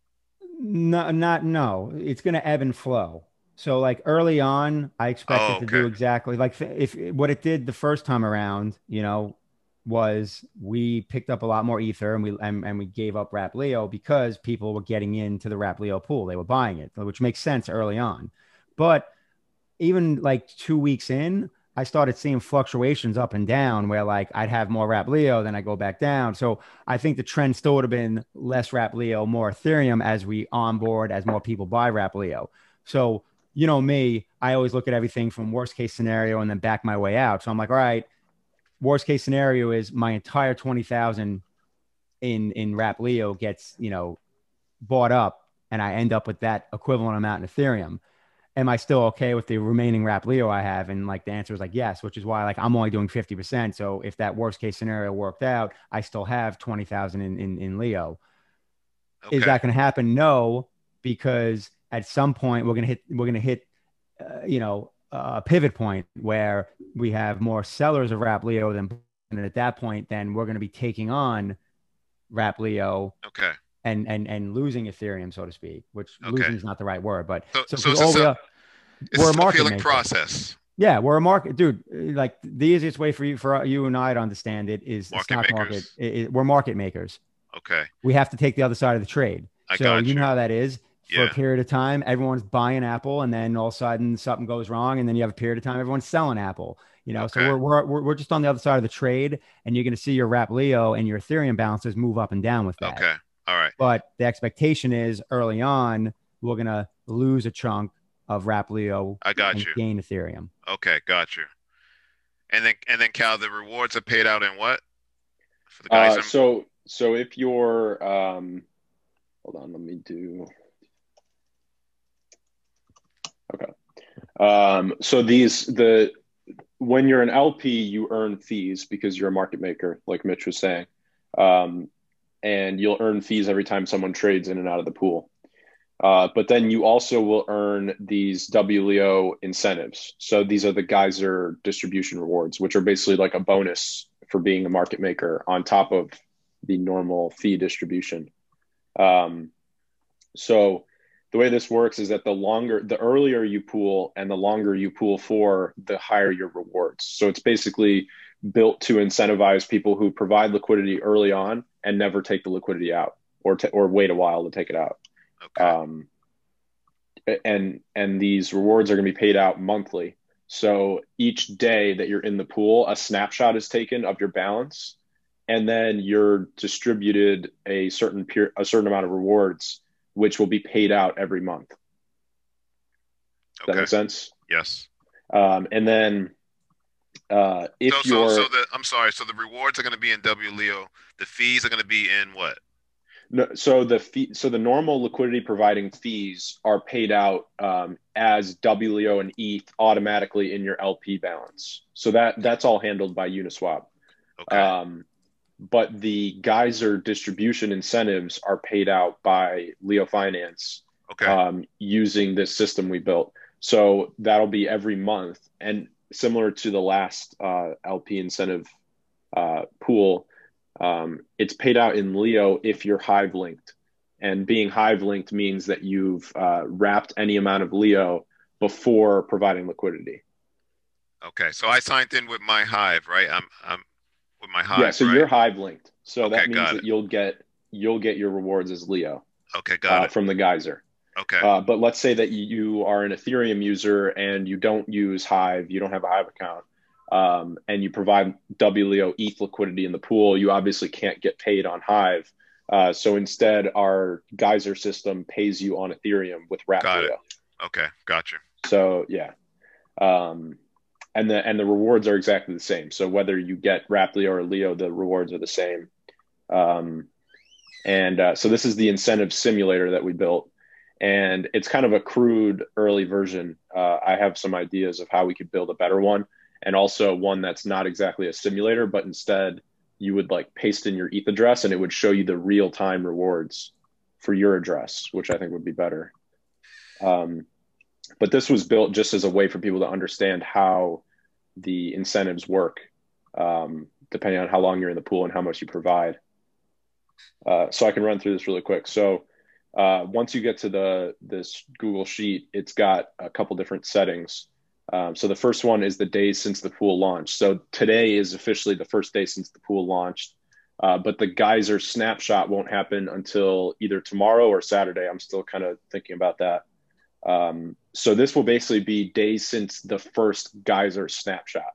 Speaker 4: No, not no. It's going to ebb and flow. So like early on, I expect
Speaker 1: Oh,
Speaker 4: it to do
Speaker 1: okay.
Speaker 4: exactly like if what it did the first time around, you know, was we picked up a lot more ether and we and, and we gave up Rap Leo because people were getting into the Rap Leo pool. They were buying it, which makes sense early on. But even like two weeks in, I started seeing fluctuations up and down where like I'd have more Rap Leo, then I go back down. So I think the trend still would have been less Rap Leo, more Ethereum as we onboard, as more people buy Rap Leo. So, you know me, I always look at everything from worst case scenario and then back my way out. So I'm like, all right, worst case scenario is my entire 20,000 in, in Rap Leo gets, you know, bought up and I end up with that equivalent amount in Ethereum. Am I still okay with the remaining Rap Leo I have? And like the answer is like yes, which is why like I'm only doing 50%. So if that worst case scenario worked out, I still have 20,000 in, in, in Leo
Speaker 1: Okay.
Speaker 4: is that going to happen no because at some point we're going to hit we're going to hit uh, you know a pivot point where we have more sellers of rap leo than and at that point then we're going to be taking on rap leo
Speaker 1: Okay.
Speaker 4: and and and losing ethereum so to speak which
Speaker 1: Okay.
Speaker 4: losing is not the right word but
Speaker 1: So-
Speaker 4: so,
Speaker 1: so it's
Speaker 4: all
Speaker 1: a
Speaker 4: we
Speaker 1: sell-
Speaker 4: are-
Speaker 1: It's
Speaker 4: we're a
Speaker 1: still a
Speaker 4: market
Speaker 1: feeling
Speaker 4: maker.
Speaker 1: process.
Speaker 4: yeah, we're a market, dude. Like the easiest way for you, for you and I to understand it is
Speaker 1: Market
Speaker 4: stock market.
Speaker 1: makers.
Speaker 4: It- it- we're market makers
Speaker 1: Okay.
Speaker 4: we have to take the other side of the trade.
Speaker 1: I
Speaker 4: so
Speaker 1: got
Speaker 4: you know
Speaker 1: you.
Speaker 4: how that is. For
Speaker 1: Yeah.
Speaker 4: a period of time, everyone's buying Apple, and then all of a sudden something goes wrong, and then you have a period of time everyone's selling Apple. You know, so
Speaker 1: Okay.
Speaker 4: we're, we're we're we're just on the other side of the trade, and you're going to see your Rap Leo and your Ethereum balances move up and down with that.
Speaker 1: Okay. All right.
Speaker 4: But the expectation is early on we're going to lose a chunk of Rap Leo
Speaker 1: I got
Speaker 4: and
Speaker 1: you.
Speaker 4: gain Ethereum.
Speaker 1: Okay, got you. And then and then Cal, the rewards are paid out in what? For the guys
Speaker 2: Uh,
Speaker 1: I'm-
Speaker 2: so so if you're um, hold on, let me do. Okay. Um, so these the when you're an LP, you earn fees because you're a market maker, like Mitch was saying, um, and you'll earn fees every time someone trades in and out of the pool. Uh, but then you also will earn these WLEO incentives. So these are the Geyser distribution rewards, which are basically like a bonus for being a market maker on top of the normal fee distribution. Um, so the way this works is that the longer, the earlier you pool and the longer you pool for, the higher your rewards. So it's basically built to incentivize people who provide liquidity early on and never take the liquidity out or, t- or wait a while to take it out
Speaker 1: okay.
Speaker 2: um, and and these rewards are going to be paid out monthly so each day that you're in the pool a snapshot is taken of your balance and then you're distributed a certain peer, a certain amount of rewards which will be paid out every month does that
Speaker 1: okay.
Speaker 2: make sense
Speaker 1: Yes.
Speaker 2: um, and then uh, if
Speaker 1: So so
Speaker 2: you're
Speaker 1: so the I'm sorry, so the rewards are gonna be in W Leo. The fees are gonna be in what?
Speaker 2: No, so the fee, so the normal liquidity providing fees are paid out um, as WLEO and ETH automatically in your LP balance. So that that's all handled by Uniswap.
Speaker 1: Okay.
Speaker 2: Um, but the Geyser distribution incentives are paid out by Leo Finance
Speaker 1: okay.
Speaker 2: um, using this system we built. So that'll be every month, and similar to the last uh, LP incentive uh, pool, um, it's paid out in Leo if you're Hive linked. And being Hive linked means that you've uh, wrapped any amount of Leo before providing liquidity.
Speaker 1: okay. So I signed in with my hive, right? I'm I'm with my hive,
Speaker 2: yeah, so
Speaker 1: right?
Speaker 2: you're Hive linked. So
Speaker 1: Okay,
Speaker 2: that means
Speaker 1: got
Speaker 2: that you'll get you'll get your rewards as Leo
Speaker 1: Okay, got
Speaker 2: uh,
Speaker 1: it.
Speaker 2: from the Geyser.
Speaker 1: Okay.
Speaker 2: Uh, but let's say that you are an Ethereum user and you don't use Hive, you don't have a Hive account, um, and you provide WLEO ETH E liquidity in the pool, you obviously can't get paid on Hive. Uh, so instead, our Geyser system pays you on Ethereum with
Speaker 1: Got it.
Speaker 2: RapLeo.
Speaker 1: okay, gotcha.
Speaker 2: So yeah, um, and the and the rewards are exactly the same. So whether you get Rapley or Leo, the rewards are the same. Um, and uh, so this is the incentive simulator that we built, and it's kind of a crude early version. Uh, I have some ideas of how we could build a better one, and also one that's not exactly a simulator, but instead you would like paste in your ETH address, and it would show you the real time rewards for your address, which I think would be better. Um, but this was built just as a way for people to understand how the incentives work, um, depending on how long you're in the pool and how much you provide. Uh, so I can run through this really quick. So uh, once you get to the this Google Sheet, it's got a couple different settings. Um, so the first one is the days since the pool launched. So today is officially the first day since the pool launched, uh, but the geyser snapshot won't happen until either tomorrow or Saturday. I'm still kind of thinking about that. Um, so this will basically be days since the first geyser snapshot.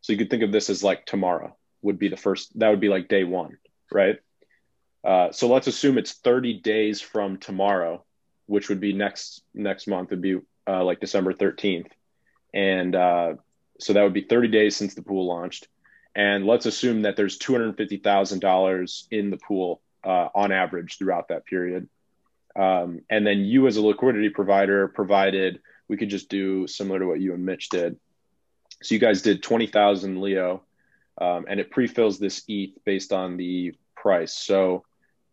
Speaker 2: So you could think of this as like tomorrow would be the first, that would be like day one, right? Uh, so let's assume it's 30 days from tomorrow, which would be next, next month would be uh, like December 13th. And uh, so that would be 30 days since the pool launched. And let's assume that there's $250,000 in the pool uh, on average throughout that period. Um, and then you as a liquidity provider provided we could just do similar to what you and mitch did so you guys did 20000 leo E um, and it pre-fills this eth based on the price so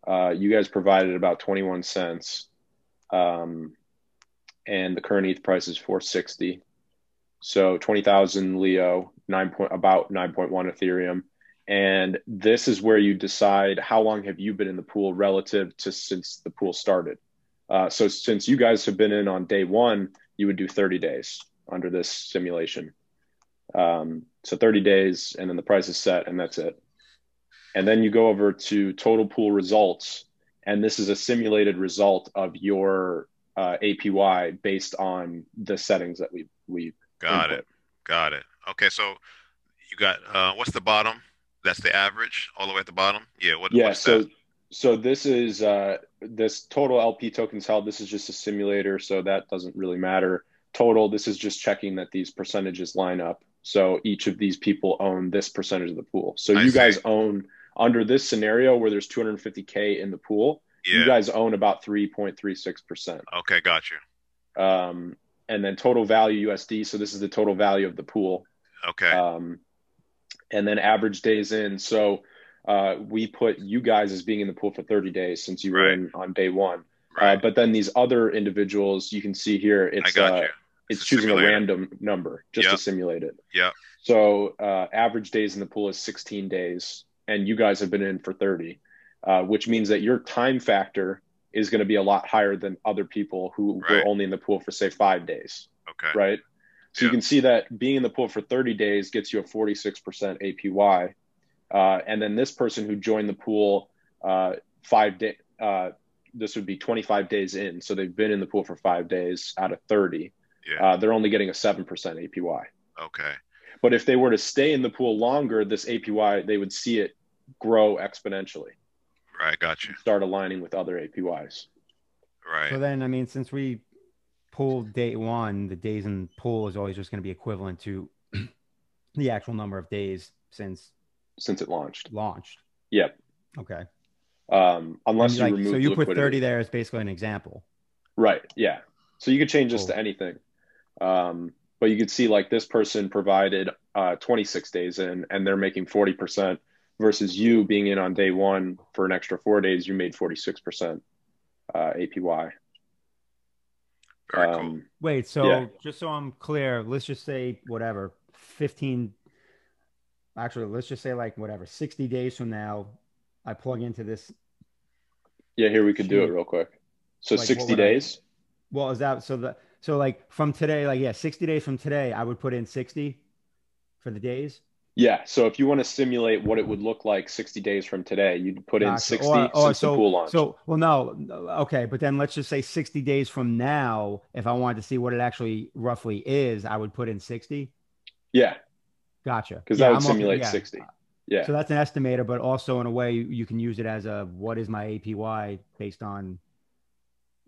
Speaker 2: uh, you guys provided about 21 cents um, and the current eth price is 460 so 20000 leo 9 E point, about 9.1 ethereum and this is where you decide how long have you been in the pool relative to since the pool started uh, so since you guys have been in on day one you would do 30 days under this simulation um, so 30 days and then the price is set and that's it and then you go over to total pool results and this is a simulated result of your uh, apy based on the settings that we we
Speaker 1: got input. it got it okay so you got uh, what's the bottom that's the average all the way at the bottom yeah what,
Speaker 2: yeah
Speaker 1: what's
Speaker 2: so
Speaker 1: that?
Speaker 2: so this is uh this total lp tokens held this is just a simulator so that doesn't really matter total this is just checking that these percentages line up so each of these people own this percentage of the pool so
Speaker 1: I
Speaker 2: you
Speaker 1: see.
Speaker 2: guys own under this scenario where there's 250k in the pool
Speaker 1: yeah
Speaker 2: you guys own about 3.36%
Speaker 1: okay got you
Speaker 2: um, and then total value usd so this is the total value of the pool
Speaker 1: okay
Speaker 2: um, and then average days in. So uh, we put you guys as being in the pool for 30 days since you were
Speaker 1: Right.
Speaker 2: in on day one.
Speaker 1: right
Speaker 2: Uh, but then these other individuals, you can see here,
Speaker 1: i
Speaker 2: it's
Speaker 1: got
Speaker 2: uh,
Speaker 1: you
Speaker 2: it's
Speaker 1: a
Speaker 2: choosing
Speaker 1: simulator.
Speaker 2: a random number just
Speaker 1: Yeah.
Speaker 2: to simulate it.
Speaker 1: Yeah.
Speaker 2: So uh, average days in the pool is 16 days, and you guys have been in for 30, uh, which means that your time factor is going to be a lot higher than other people who
Speaker 1: Right.
Speaker 2: were only in the pool for say five days
Speaker 1: okay
Speaker 2: right? So
Speaker 1: Yeah.
Speaker 2: you can see that being in the pool for 30 days gets you a 46% APY. Uh, and then this person who joined the pool uh, five day, uh, this would be 25 days in. So they've been in the pool for five days out of 30.
Speaker 1: Yeah.
Speaker 2: Uh, they're only getting a 7% APY.
Speaker 1: okay
Speaker 2: But if they were to stay in the pool longer, this APY, they would see it grow exponentially,
Speaker 1: right got you
Speaker 2: start aligning with other APYs.
Speaker 1: right
Speaker 4: So then, I mean, since we pooled day one, the days in pool is always just going to be equivalent to the actual number of days since
Speaker 2: Since it launched,
Speaker 4: launched.
Speaker 2: Yep.
Speaker 4: Okay.
Speaker 2: um, unless
Speaker 4: And,
Speaker 2: you
Speaker 4: like,
Speaker 2: remove
Speaker 4: so you put
Speaker 2: liquidity.
Speaker 4: 30 there as basically an example.
Speaker 2: Right. Yeah. So you could change this
Speaker 4: Cool.
Speaker 2: to anything. Um, but you could see like this person provided uh, 26 days in and they're making 40% versus you being in on day one for an extra four days, you made 46% uh, APY.
Speaker 1: very cool
Speaker 2: Um,
Speaker 4: Wait, so
Speaker 2: Yeah.
Speaker 4: just so I'm clear, let's just say whatever, 15, actually, let's just say like whatever, 60 days from now, I plug into this.
Speaker 2: yeah, here we could do it real quick. So
Speaker 4: Hmm. Like, what
Speaker 2: 60
Speaker 4: would I-
Speaker 2: days.
Speaker 4: Well, is that so the, so like from today, like, yeah, 60 days from today, I would put in 60 for the days.
Speaker 2: Yeah. So if you want to simulate what it would look like 60 days from today, you'd put in
Speaker 4: Gotcha.
Speaker 2: 60
Speaker 4: Or- or
Speaker 2: since
Speaker 4: so-
Speaker 2: the pool launch.
Speaker 4: So, well, no, no, okay, but then let's just say 60 days from now, if I wanted to see what it actually roughly is, I would put in 60.
Speaker 2: yeah.
Speaker 4: Gotcha.
Speaker 2: Because that
Speaker 4: Yeah,
Speaker 2: would
Speaker 4: I'm off-
Speaker 2: simulate
Speaker 4: yeah.
Speaker 2: 60. Yeah.
Speaker 4: So that's an estimator, but also in a way you- you can use it as a what is my APY based on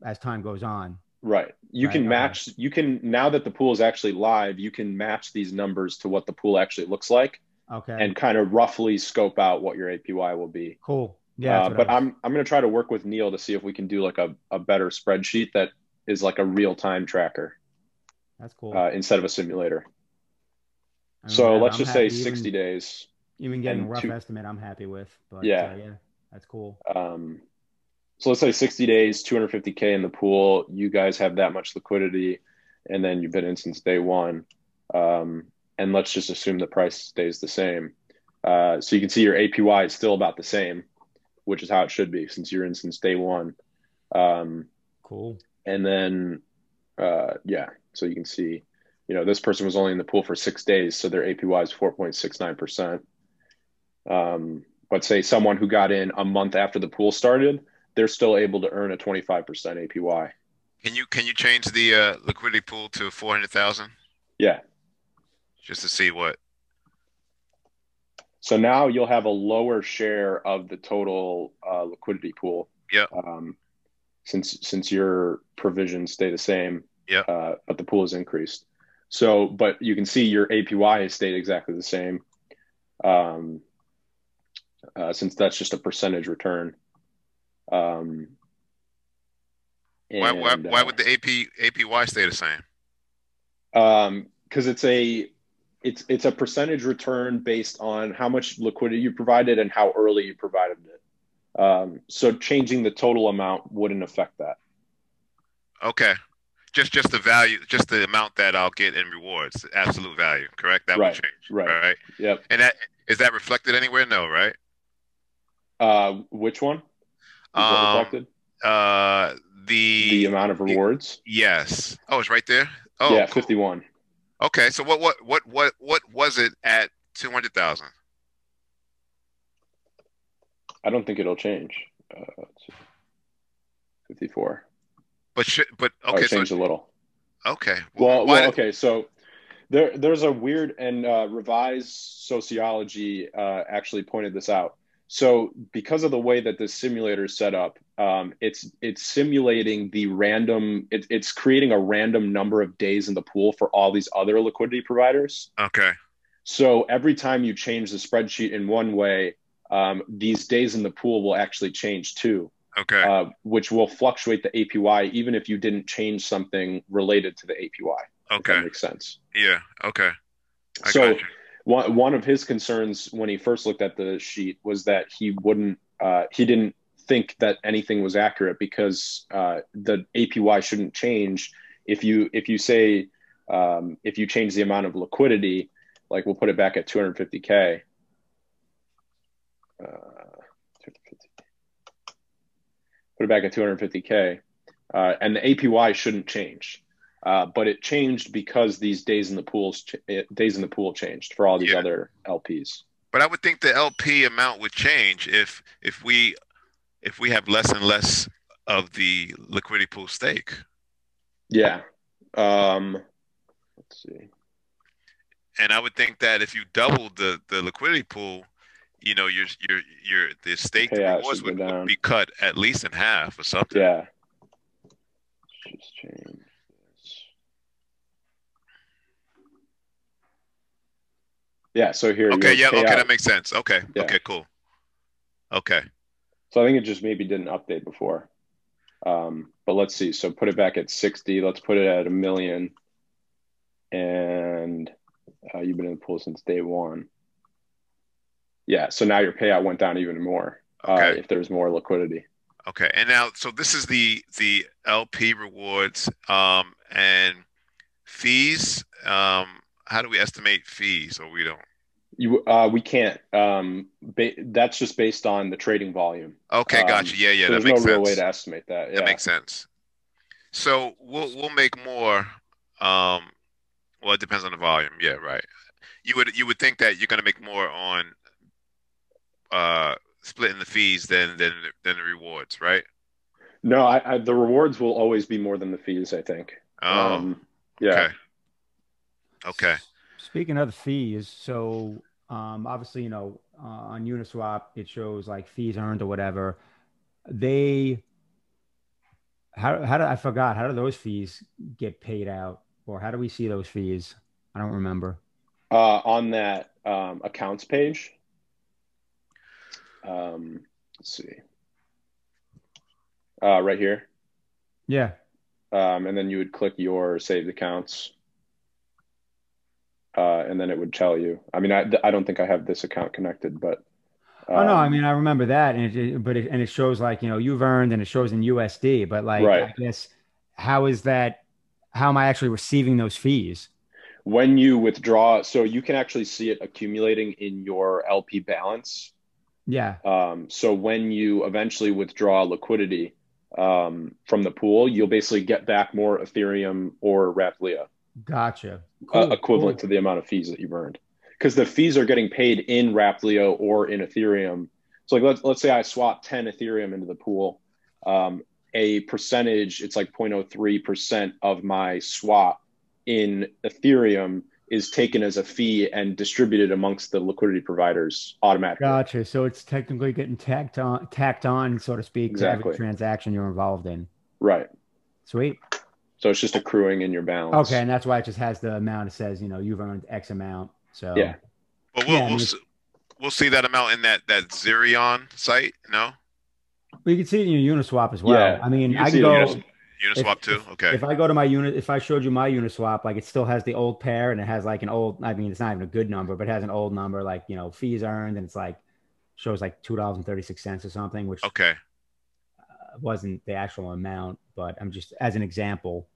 Speaker 4: as time goes on.
Speaker 2: Right. You
Speaker 4: Right,
Speaker 2: can
Speaker 4: okay.
Speaker 2: match, you can, now that the pool is actually live, you can match these numbers to what the pool actually looks like
Speaker 4: Okay.
Speaker 2: and kind of roughly scope out what your APY will be.
Speaker 4: cool. Yeah.
Speaker 2: Uh,
Speaker 4: that's what
Speaker 2: but
Speaker 4: I was-
Speaker 2: I'm, I'm going to try to work with Neil to see if we can do like a, a better spreadsheet that is like a real time tracker
Speaker 4: That's cool.
Speaker 2: uh, instead of a simulator.
Speaker 4: I mean,
Speaker 2: So
Speaker 4: I'm-
Speaker 2: let's
Speaker 4: I'm
Speaker 2: just
Speaker 4: happy
Speaker 2: say
Speaker 4: even-
Speaker 2: 60 days.
Speaker 4: Even getting a
Speaker 2: and
Speaker 4: rough
Speaker 2: two-
Speaker 4: estimate, I'm happy with. But
Speaker 2: Yeah.
Speaker 4: uh, yeah, that's cool.
Speaker 2: Um, so let's say 60 days, 250K in the pool. You guys have that much liquidity, and then you've been in since day one. Um, and let's just assume the price stays the same. Uh, so you can see your APY is still about the same, which is how it should be since you're in since day one. Um,
Speaker 4: Cool.
Speaker 2: and then, uh, yeah, so you can see, you know, this person was only in the pool for six days, so their APY is 4.69%. Um, but say someone who got in a month after the pool started, they're still able to earn a 25% APY.
Speaker 1: Can you can you change the uh, liquidity pool to 400,000
Speaker 2: Yeah.
Speaker 1: just to see what?
Speaker 2: So now you'll have a lower share of the total uh, liquidity pool.
Speaker 1: Yeah.
Speaker 2: Um, since since your provisions stay the same.
Speaker 1: Yeah.
Speaker 2: Uh, but the pool is increased. So, but you can see your APY has stayed exactly the same. Um, uh, since that's just a percentage return. Um,
Speaker 1: Why why
Speaker 2: and,
Speaker 1: why
Speaker 2: uh,
Speaker 1: would the AP APY stay the same?
Speaker 2: um because it's a it's it's a percentage return based on how much liquidity you provided and how early you provided it um so changing the total amount wouldn't affect that
Speaker 1: Okay. Just just the value, just the amount that I'll get in rewards, the absolute value, correct? That would
Speaker 2: Right.
Speaker 1: change,
Speaker 2: right
Speaker 1: right?
Speaker 2: yep
Speaker 1: And that is that reflected anywhere? No, right?
Speaker 2: uh which one Is that
Speaker 1: Um,
Speaker 2: reflected?
Speaker 1: uh the
Speaker 2: the amount of rewards
Speaker 1: yes. Oh, it's right there. Oh,
Speaker 2: yeah
Speaker 1: cool.
Speaker 2: 51
Speaker 1: Okay, so what what what what what was it at 200,000?
Speaker 2: i don't think it'll change uh let's see. 54
Speaker 1: But should but
Speaker 2: oh,
Speaker 1: okay,
Speaker 2: it
Speaker 1: so
Speaker 2: changed a little
Speaker 1: okay.
Speaker 2: Well,
Speaker 1: Why
Speaker 2: well
Speaker 1: did-
Speaker 2: okay, so there, there's a weird and uh, revised sociology uh, actually pointed this out. So because of the way that this simulator is set up, um, it's it's simulating the random. It, it's creating a random number of days in the pool for all these other liquidity providers.
Speaker 1: okay.
Speaker 2: So every time you change the spreadsheet in one way, um, these days in the pool will actually change too
Speaker 1: Okay.
Speaker 2: uh, which will fluctuate the APY even if you didn't change something related to the APY. If
Speaker 1: Okay.
Speaker 2: that makes sense.
Speaker 1: Yeah. Okay. I
Speaker 2: Uh, So-
Speaker 1: got you.
Speaker 2: One, one of his concerns when he first looked at the sheet was that he wouldn't, uh, he didn't think that anything was accurate because uh, the APY shouldn't change if you if you say um, if you change the amount of liquidity, like we'll put it back at 250k. Uh, 250. Put it back at 250k, uh, and the APY shouldn't change. Uh, but it changed because these days in the pools ch- eh, days in the pool changed for all these
Speaker 1: Yeah.
Speaker 2: other LPs.
Speaker 1: But I would think the LP amount would change if if we if we have less and less of the liquidity pool stake.
Speaker 2: Yeah. Um, let's see.
Speaker 1: And I would think that if you double the the liquidity pool, you know, your your your the stake the
Speaker 2: Payout
Speaker 1: rewards
Speaker 2: should go
Speaker 1: would, would
Speaker 2: down.
Speaker 1: be cut at least in half or something.
Speaker 2: Yeah. Let's just change this. Yeah, so here you
Speaker 1: Okay,
Speaker 2: have
Speaker 1: yeah, okay,
Speaker 2: payout.
Speaker 1: that makes sense. Okay,
Speaker 2: Yeah.
Speaker 1: okay, cool. Okay.
Speaker 2: So I think it just maybe didn't update before. Um, but let's see. So put it back at 60. Let's put it at a million. And uh, you've been in the pool since day one. Yeah. So now your payout went down even more uh,
Speaker 1: Okay.
Speaker 2: if there's more liquidity.
Speaker 1: Okay, and now so this is the the LP rewards um and fees. Um how do we estimate fees or we don't?
Speaker 2: You, uh, we can't. Um, ba- that's just based on the trading volume.
Speaker 1: Okay,
Speaker 2: Um,
Speaker 1: gotcha. Yeah, yeah,
Speaker 2: So
Speaker 1: that
Speaker 2: there's no
Speaker 1: makes
Speaker 2: real way
Speaker 1: sense.
Speaker 2: to estimate that.
Speaker 1: That
Speaker 2: yeah.
Speaker 1: makes sense. So we'll we'll make more um well it depends on the volume. Yeah, right. You would you would think that you're gonna make more on uh splitting the fees than than than the rewards, right?
Speaker 2: no, I, I, the rewards will always be more than the fees, I think.
Speaker 1: Oh,
Speaker 2: um, yeah.
Speaker 1: okay. Okay.
Speaker 4: Speaking of the fees, so um, obviously, you know, uh, on Uniswap, it shows like fees earned or whatever. They how how do I forgot? How do those fees get paid out, or how do we see those fees? I don't remember.
Speaker 2: Uh, on that um, accounts page, um, let's see, uh, right here,
Speaker 4: Yeah,
Speaker 2: um, and then you would click your saved accounts, uh, and then it would tell you. I mean, I I don't think I have this account connected, but
Speaker 4: oh no, I
Speaker 2: um,
Speaker 4: mean I remember that, and it- it, but it, and it shows like you know you've earned, and it shows in USD. But like
Speaker 2: Right.
Speaker 4: I guess how is that? How am I actually receiving those fees?
Speaker 2: when you withdraw, so you can actually see it accumulating in your LP balance.
Speaker 4: Yeah,
Speaker 2: Um, so when you eventually withdraw liquidity um, from the pool, you'll basically get back more Ethereum or Raplia
Speaker 4: gotcha.
Speaker 2: uh,
Speaker 4: Cool,
Speaker 2: equivalent to
Speaker 4: cool.
Speaker 2: the amount of fees that you've earned. Because the fees are getting paid in Raplia or in Ethereum. So like let's let's say I swap 10 Ethereum into the pool. Um, a percentage, it's like 0.03% of my swap in Ethereum is taken as a fee and distributed amongst the liquidity providers automatically.
Speaker 4: Gotcha. So it's technically getting tacked on, tacked on, so to speak, to
Speaker 2: Exactly.
Speaker 4: every transaction you're involved in.
Speaker 2: Right.
Speaker 4: Sweet.
Speaker 2: So it's just accruing in your balance.
Speaker 4: Okay, and that's why it just has the amount. It says, you know, you've earned X amount. So
Speaker 2: Yeah.
Speaker 1: But we'll
Speaker 4: Yeah, I
Speaker 1: we'll,
Speaker 4: mean-
Speaker 1: s- we'll see that amount in that that Xerion site. No,
Speaker 4: we can see it in your Uniswap as well.
Speaker 2: Yeah,
Speaker 4: I mean,
Speaker 2: you can
Speaker 4: I
Speaker 2: see
Speaker 4: can
Speaker 2: it in
Speaker 4: go
Speaker 2: Uniswap.
Speaker 1: Uniswap
Speaker 4: If-
Speaker 1: too. Okay.
Speaker 4: if I go to my unit. If I showed you my Uniswap, like it still has the old pair, and it has like an old. I mean, it's not even a good number, but it has an old number, like you know, fees earned, and it's like shows like two dollars and thirty six cents or something, which
Speaker 1: Okay.
Speaker 4: wasn't the actual amount. But I'm just as an example.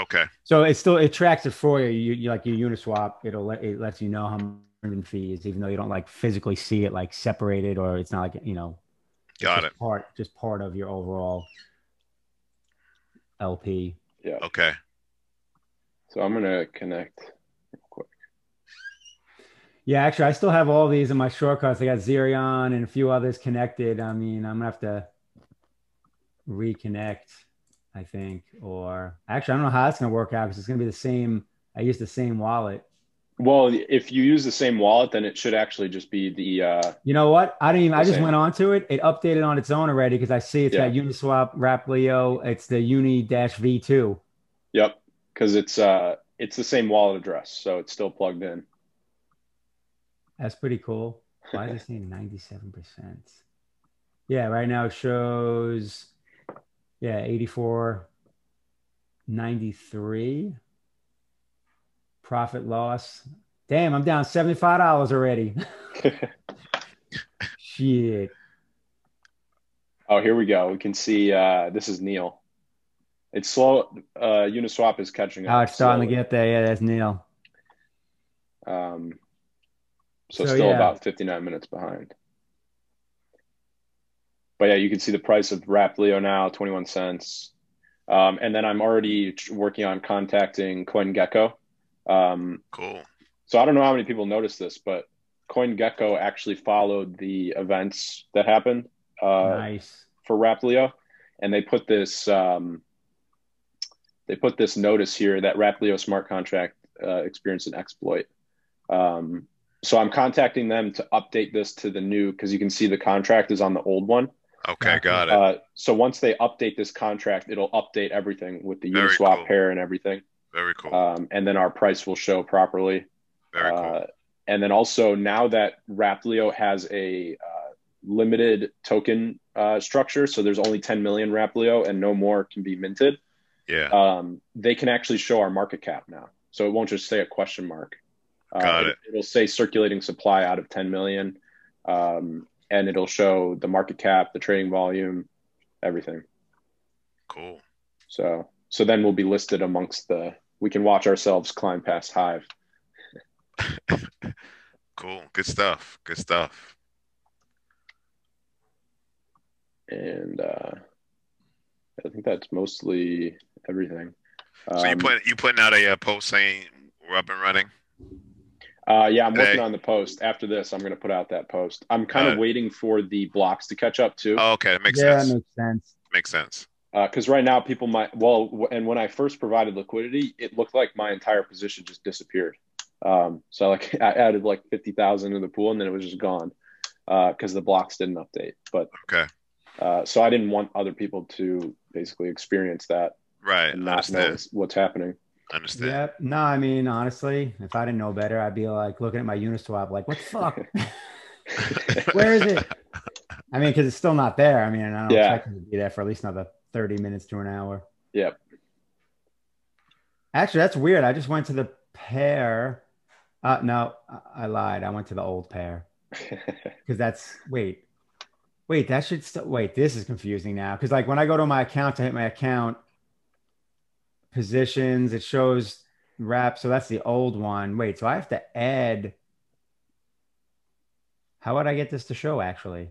Speaker 1: Okay.
Speaker 4: So it still it tracks it for you. You, you like your Uniswap, it'll let it lets you know how much you're in fees, even though you don't like physically see it like separated or it's not like you know it's
Speaker 1: Got it.
Speaker 4: just part just part of your overall LP.
Speaker 2: Yeah.
Speaker 1: Okay.
Speaker 2: So I'm gonna connect.
Speaker 4: Yeah, actually, I still have all these in my shortcuts. I got Xerion and a few others connected. I mean, I'm gonna have to reconnect, I think, or actually, I don't know how that's gonna work out because it's gonna be the same. I use the same wallet.
Speaker 2: Well, if you use the same wallet, then it should actually just be the uh,
Speaker 4: You know what? I didn't even. I
Speaker 2: The
Speaker 4: just
Speaker 2: same.
Speaker 4: went onto it. It updated on its own already because I see it's
Speaker 2: Yeah.
Speaker 4: got Uniswap, Raplio. It's the Uni dash V two.
Speaker 2: yep, because it's uh, it's the same wallet address, so it's still plugged in.
Speaker 4: That's pretty cool. Why is it saying ninety seven percent? Yeah, right now it shows. Yeah, eighty four. Ninety three. Profit loss. Damn, I'm down seventy five dollars already. Shit.
Speaker 2: oh, here we go. We can see uh, this is Neil. It's slow. Uh, Uniswap is catching up.
Speaker 4: Oh, it's starting to
Speaker 2: slowly.
Speaker 4: get there. Yeah, that's Neil.
Speaker 2: Um, so,
Speaker 4: So,
Speaker 2: still
Speaker 4: yeah.
Speaker 2: about 59 minutes behind. But yeah, you can see the price of Wrap Leo now, 21 cents. Um, and then I'm already tr- working on contacting CoinGecko. Um,
Speaker 1: Cool.
Speaker 2: so I don't know how many people noticed this, but CoinGecko actually followed the events that happened uh,
Speaker 4: nice.
Speaker 2: for Raplio, and they put this um, they put this notice here that Raplio smart contract uh, experienced an exploit. Um, so I'm contacting them to update this to the new because you can see the contract is on the old one.
Speaker 1: Okay. Got it.
Speaker 2: Uh, so once they update this contract, it'll update everything with the
Speaker 1: Very
Speaker 2: Uniswap
Speaker 1: cool.
Speaker 2: pair and everything,
Speaker 1: Very
Speaker 4: uh,
Speaker 1: cool.
Speaker 2: um, and then our price will show properly.
Speaker 1: Very cool.
Speaker 2: Uh, and then also now that Raplio has a uh, limited token uh, structure, so there's only 10 million Raplio and no more can be minted.
Speaker 1: Yeah.
Speaker 4: uh,
Speaker 2: Um, they can actually show our market cap now, so it won't just say a question mark. Uh,
Speaker 1: Got it.
Speaker 2: It'll say circulating supply out of 10 million, um, and it'll show the market cap, the trading volume, everything.
Speaker 1: Cool.
Speaker 2: So so then we'll be listed amongst the. We can watch ourselves climb past Hive.
Speaker 1: Cool. Good stuff. Good stuff.
Speaker 2: and uh, I think that's mostly everything.
Speaker 1: So you
Speaker 2: Um,
Speaker 1: put you putting out a uh, post saying we're up and running.
Speaker 2: uh, yeah, I'm working
Speaker 1: Hey.
Speaker 2: on the post. After this, I'm going to put out that post. I'm kind
Speaker 1: Got
Speaker 2: of waiting for the blocks to catch up too,
Speaker 1: Oh, okay. That makes
Speaker 4: yeah,
Speaker 1: sense.
Speaker 4: that makes sense.
Speaker 1: makes sense.
Speaker 2: because right now people might. Well, w- and when I first provided liquidity, it looked like my entire position just disappeared. Um, so like I added like uh, fifty thousand to the pool, and then it was just gone because the blocks didn't update. But
Speaker 1: Okay.
Speaker 2: Uh, so I didn't want other people to basically experience that
Speaker 1: Right.
Speaker 2: and
Speaker 1: I
Speaker 2: not know
Speaker 1: understand.
Speaker 2: what's, what's happening.
Speaker 1: I understand.
Speaker 4: Yep. No, I mean, honestly, if I didn't know better, I'd be like looking at my Uniswap, like, what the fuck? Where is it? I mean, because it's still not there. I mean, I don't
Speaker 2: Yeah.
Speaker 4: expect it to be there for at least another 30 minutes to an hour.
Speaker 2: Yep.
Speaker 4: Actually, that's weird. I just went to the pair. Uh, no, I- I lied. I went to the old pair because that's wait, wait. That should still wait. This is confusing now because like when I go to my account to hit my account positions, it shows wrap. So that's the old one. Wait, so I have to add. How would I get this to show actually?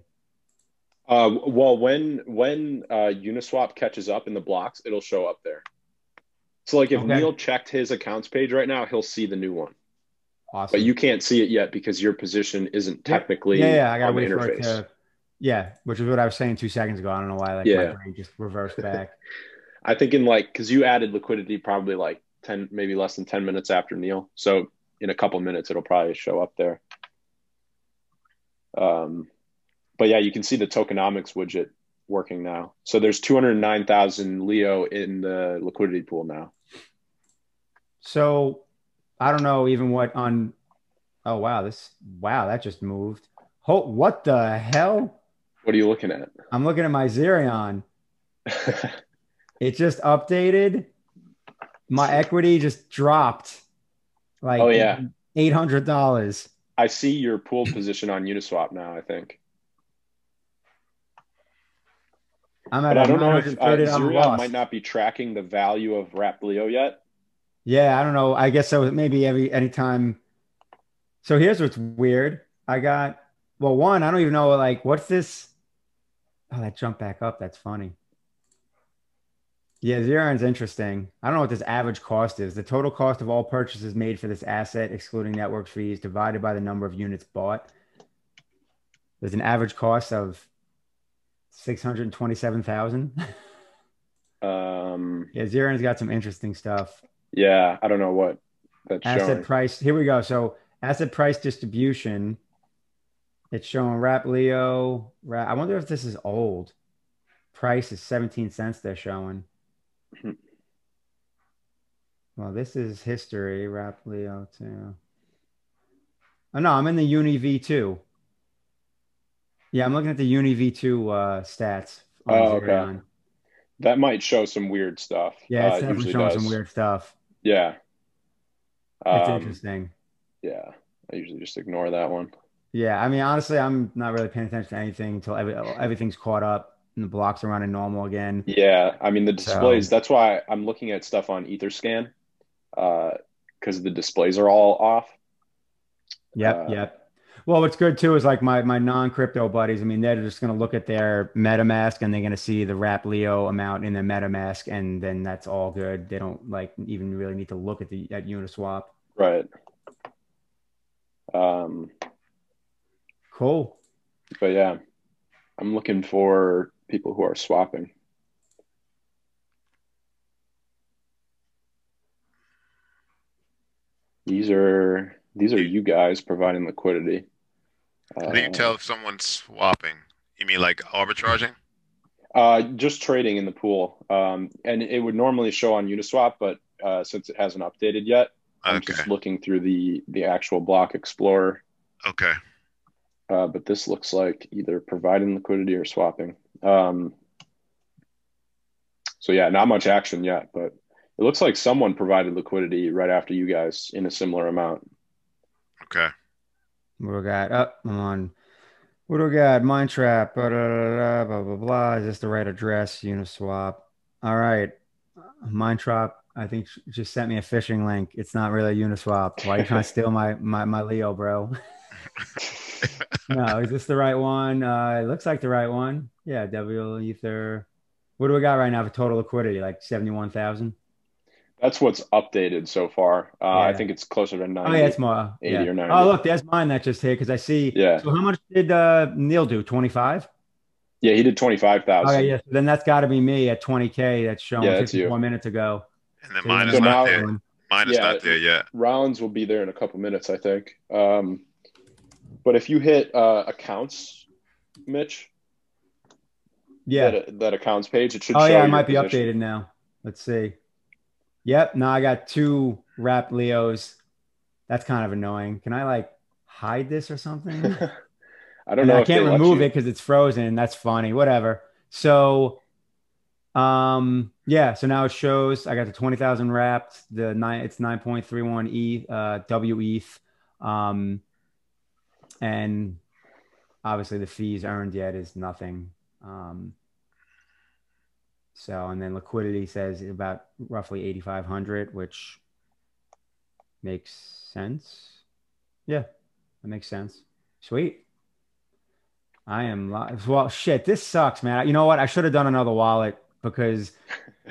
Speaker 2: uh, well, when when uh, Uniswap catches up in the blocks, it'll show up there. So like if
Speaker 4: Okay.
Speaker 2: Neil checked his accounts page right now, he'll see the new one,
Speaker 4: Awesome.
Speaker 2: but you can't see it yet because your position isn't
Speaker 4: Yeah.
Speaker 2: technically
Speaker 4: yeah, yeah, I gotta
Speaker 2: on the
Speaker 4: wait for it
Speaker 2: interface.
Speaker 4: to. Yeah, which is what I was saying two seconds ago. I don't know why. Like
Speaker 2: Yeah.
Speaker 4: my brain just reversed back.
Speaker 2: I think in like because you added liquidity probably like ten, maybe less than ten minutes after Neil. So in a couple minutes, it'll probably show up there. Um, but yeah, you can see the tokenomics widget working now. So there's two hundred nine thousand Leo in the liquidity pool now.
Speaker 4: So I don't know even what on. Oh wow, this wow that just moved. Ho, what the hell?
Speaker 2: What are you looking at?
Speaker 4: I'm looking at my Xerion. It just updated. My equity just dropped. Like
Speaker 2: Oh, yeah.
Speaker 4: eight hundred dollars.
Speaker 2: I see your pool position on Uniswap now. I think,
Speaker 4: I'm at
Speaker 2: but I don't know if uh,
Speaker 4: 930, I'm
Speaker 2: Zurion
Speaker 4: lost.
Speaker 2: might not be tracking the value of Wrap Leo yet.
Speaker 4: Yeah, I don't know. I guess so. Maybe every anytime. So here's what's weird. I got well, one. I don't even know. Like, what's this? Oh, that jumped back up. That's funny. Yeah, Xeron's interesting. I don't know what this average cost is. The total cost of all purchases made for this asset, excluding network fees, divided by the number of units bought. There's an average cost of six hundred twenty-seven thousand.
Speaker 2: Um,
Speaker 4: yeah, Xeron's got some interesting stuff.
Speaker 2: yeah, I don't know what that's
Speaker 4: asset
Speaker 2: showing.
Speaker 4: price. Here we go. So asset price distribution. It's showing Rap Leo. Rap, I wonder if this is old. Price is 17 cents. They're showing.
Speaker 2: Hmm.
Speaker 4: well, this is history. Rap Leo too. Oh no, I'm in the Uni V2. Yeah, I'm looking at the Uni V2 uh, stats. on
Speaker 2: Oh, okay.
Speaker 4: Xerion.
Speaker 2: That might show some weird stuff.
Speaker 4: Yeah, it's
Speaker 2: Uh,
Speaker 4: definitely
Speaker 2: usually
Speaker 4: showing
Speaker 2: does.
Speaker 4: some weird stuff.
Speaker 2: Yeah.
Speaker 4: It's
Speaker 2: Um,
Speaker 4: interesting.
Speaker 2: yeah, I usually just ignore that one.
Speaker 4: Yeah, I mean, honestly, I'm not really paying attention to anything until every, everything's caught up and the blocks are running normal again.
Speaker 2: Yeah, I mean the
Speaker 4: So-
Speaker 2: displays. That's why I'm looking at stuff on EtherScan, because the displays are all off.
Speaker 4: Yep,
Speaker 2: Uh,
Speaker 4: yep. Well, what's good too is like my my non crypto buddies. I mean, they're just gonna look at their MetaMask and they're gonna see the Rap Leo amount in their MetaMask, and then that's all good. They don't like even really need to look at the at Uniswap.
Speaker 2: Right. Um,
Speaker 4: Cool.
Speaker 2: but yeah, I'm looking for people who are swapping. These are these are you guys providing liquidity.
Speaker 1: How do you
Speaker 2: Uh,
Speaker 1: tell if someone's swapping? You mean like arbitraging?
Speaker 2: Uh, just trading in the pool. Um, and it would normally show on Uniswap, but uh, since it hasn't updated yet, I'm
Speaker 1: Okay.
Speaker 2: just looking through the the actual block explorer.
Speaker 1: Okay.
Speaker 2: Uh, but this looks like either providing liquidity or swapping. Um, so yeah, not much action yet, but it looks like someone provided liquidity right after you guys in a similar amount.
Speaker 1: Okay.
Speaker 4: What do we got? Up I'm on. What do we got? Mine trap. Blah blah blah, blah blah blah. Is this the right address? Uniswap. All right. Mine trap. I think sh- just sent me a phishing link. It's not really Uniswap. Why are you trying to steal my my my Leo, bro? no, is this the right one? Uh, it looks like the right one. Yeah, W Ether. What do we got right now for total liquidity? Like seventy-one thousand.
Speaker 2: That's what's updated so far. Uh, I
Speaker 4: Yeah.
Speaker 2: think it's closer to 90.
Speaker 4: Oh yeah, it's more.
Speaker 2: 80
Speaker 4: Yeah.
Speaker 2: or 90.
Speaker 4: Oh look, there's mine that just hit because I see.
Speaker 2: Yeah.
Speaker 4: So how much did uh, Neil do? Twenty-five.
Speaker 2: yeah, he did 25,000.
Speaker 4: Okay, yes. Then that's got to be me at 20k. That's shown
Speaker 2: Yeah, that's
Speaker 4: 54 minutes ago.
Speaker 1: And then
Speaker 4: So
Speaker 1: mine
Speaker 4: you
Speaker 1: is
Speaker 4: know,
Speaker 1: not
Speaker 2: now-
Speaker 1: there. Mine is
Speaker 2: Yeah.
Speaker 1: not there yet.
Speaker 2: Rollins will be there in a couple minutes, I think. Um, but if you hit uh, accounts, Mitch,
Speaker 4: Yeah.
Speaker 2: that, that accounts page. It should.
Speaker 4: Oh
Speaker 2: show
Speaker 4: yeah, it
Speaker 2: your
Speaker 4: might be
Speaker 2: position.
Speaker 4: updated now. Let's see. Yep. Now I got two wrapped Leos. That's kind of annoying. Can I like hide this or something?
Speaker 2: I don't
Speaker 4: And
Speaker 2: know.
Speaker 4: I can't remove it because it's frozen. That's funny. Whatever. So, um, yeah. So now it shows. I got the twenty thousand wrapped. The nine. It's nine point three one e uh, w ETH. Um, and obviously the fees earned yet is nothing. Um, so and then liquidity says about roughly eighty five hundred, which makes sense. Yeah, that makes sense. Sweet. I am live. Well, shit, this sucks, man. You know what? I should have done another wallet because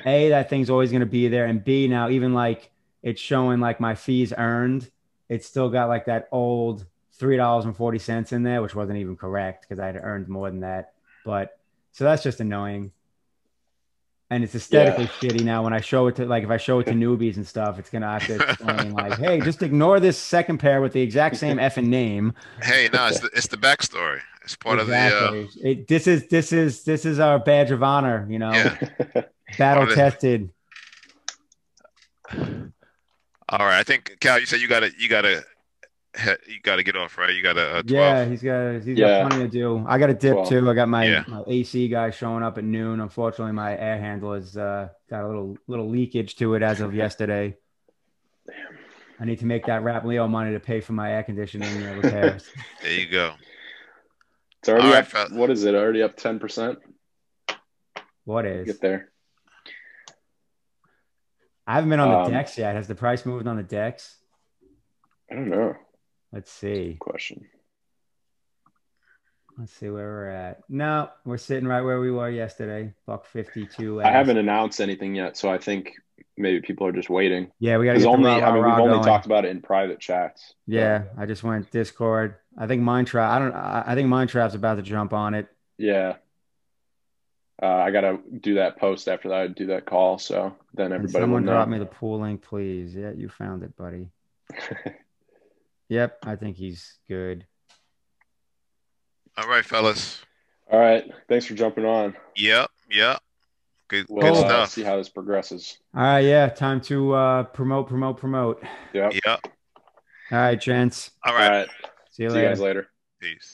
Speaker 4: A, that thing's always going to be there. And B, now even like it's showing like my fees earned, it's still got like that old $3.40 in there, which wasn't even correct because I had earned more than that. But so that's just annoying. And it's aesthetically shitty now when I show it to like if I show it to newbies and stuff, it's gonna have to explain like, hey, just ignore this second pair with the exact same effing name
Speaker 1: Hey, no, it's the, it's the backstory. It's part of the. Uh,
Speaker 4: it, this is this is this is our badge of honor, you know,
Speaker 1: yeah. Part
Speaker 4: battle
Speaker 1: of the-
Speaker 4: tested.
Speaker 1: All right. I think Cal, you said you gotta you gotta he- you gotta get off, right? You gotta uh, 12.
Speaker 4: Yeah, he's got he's
Speaker 2: Yeah.
Speaker 4: got plenty to do. I got a dip
Speaker 2: Well,
Speaker 4: too. I got my,
Speaker 1: yeah.
Speaker 4: my AC guy showing up at noon. Unfortunately, my air handle has uh, got a little little leakage to it as of yesterday. I need to make that rap Leo money to pay for my air conditioning uh, repairs.
Speaker 1: There you go.
Speaker 2: It's already
Speaker 1: All right,
Speaker 2: up.
Speaker 1: fella.
Speaker 2: What is it? Already up ten percent.
Speaker 4: what is?
Speaker 2: Get there.
Speaker 4: I haven't been on the
Speaker 2: Um,
Speaker 4: decks yet. Has the price moved on the decks?
Speaker 2: I don't know.
Speaker 4: Let's see.
Speaker 2: Question.
Speaker 4: Let's see where we're at. No, we're sitting right where we were yesterday. Buck fifty-two.
Speaker 2: I
Speaker 4: as-
Speaker 2: haven't announced anything yet, so I think maybe people are just waiting.
Speaker 4: Yeah, we got to
Speaker 2: Because
Speaker 4: get
Speaker 2: only
Speaker 4: only,
Speaker 2: I mean we've only
Speaker 4: going.
Speaker 2: talked about it in private chats.
Speaker 4: Yeah, I just went Discord. I think Mine Trap. I don't. I I think Mine Trap's about to jump on it.
Speaker 2: Yeah. Uh, I gotta do that post after that. I do that call, so then
Speaker 4: Can
Speaker 2: everybody will
Speaker 4: someone
Speaker 2: know.
Speaker 4: drop me the pool link, please. Yeah, you found it, buddy. Yep, I think he's good.
Speaker 1: All right, fellas.
Speaker 2: All right, thanks for jumping on.
Speaker 1: Yep. Yep. Good.
Speaker 2: We'll
Speaker 1: good
Speaker 2: uh,
Speaker 1: stuff.
Speaker 2: see how this progresses.
Speaker 4: All right, yeah, time to uh, promote, promote, promote.
Speaker 2: Yep.
Speaker 1: Yep.
Speaker 4: All right, gents.
Speaker 1: All
Speaker 2: All
Speaker 1: right.
Speaker 2: right.
Speaker 4: See you
Speaker 2: See you
Speaker 4: later.
Speaker 2: guys later.
Speaker 1: Peace.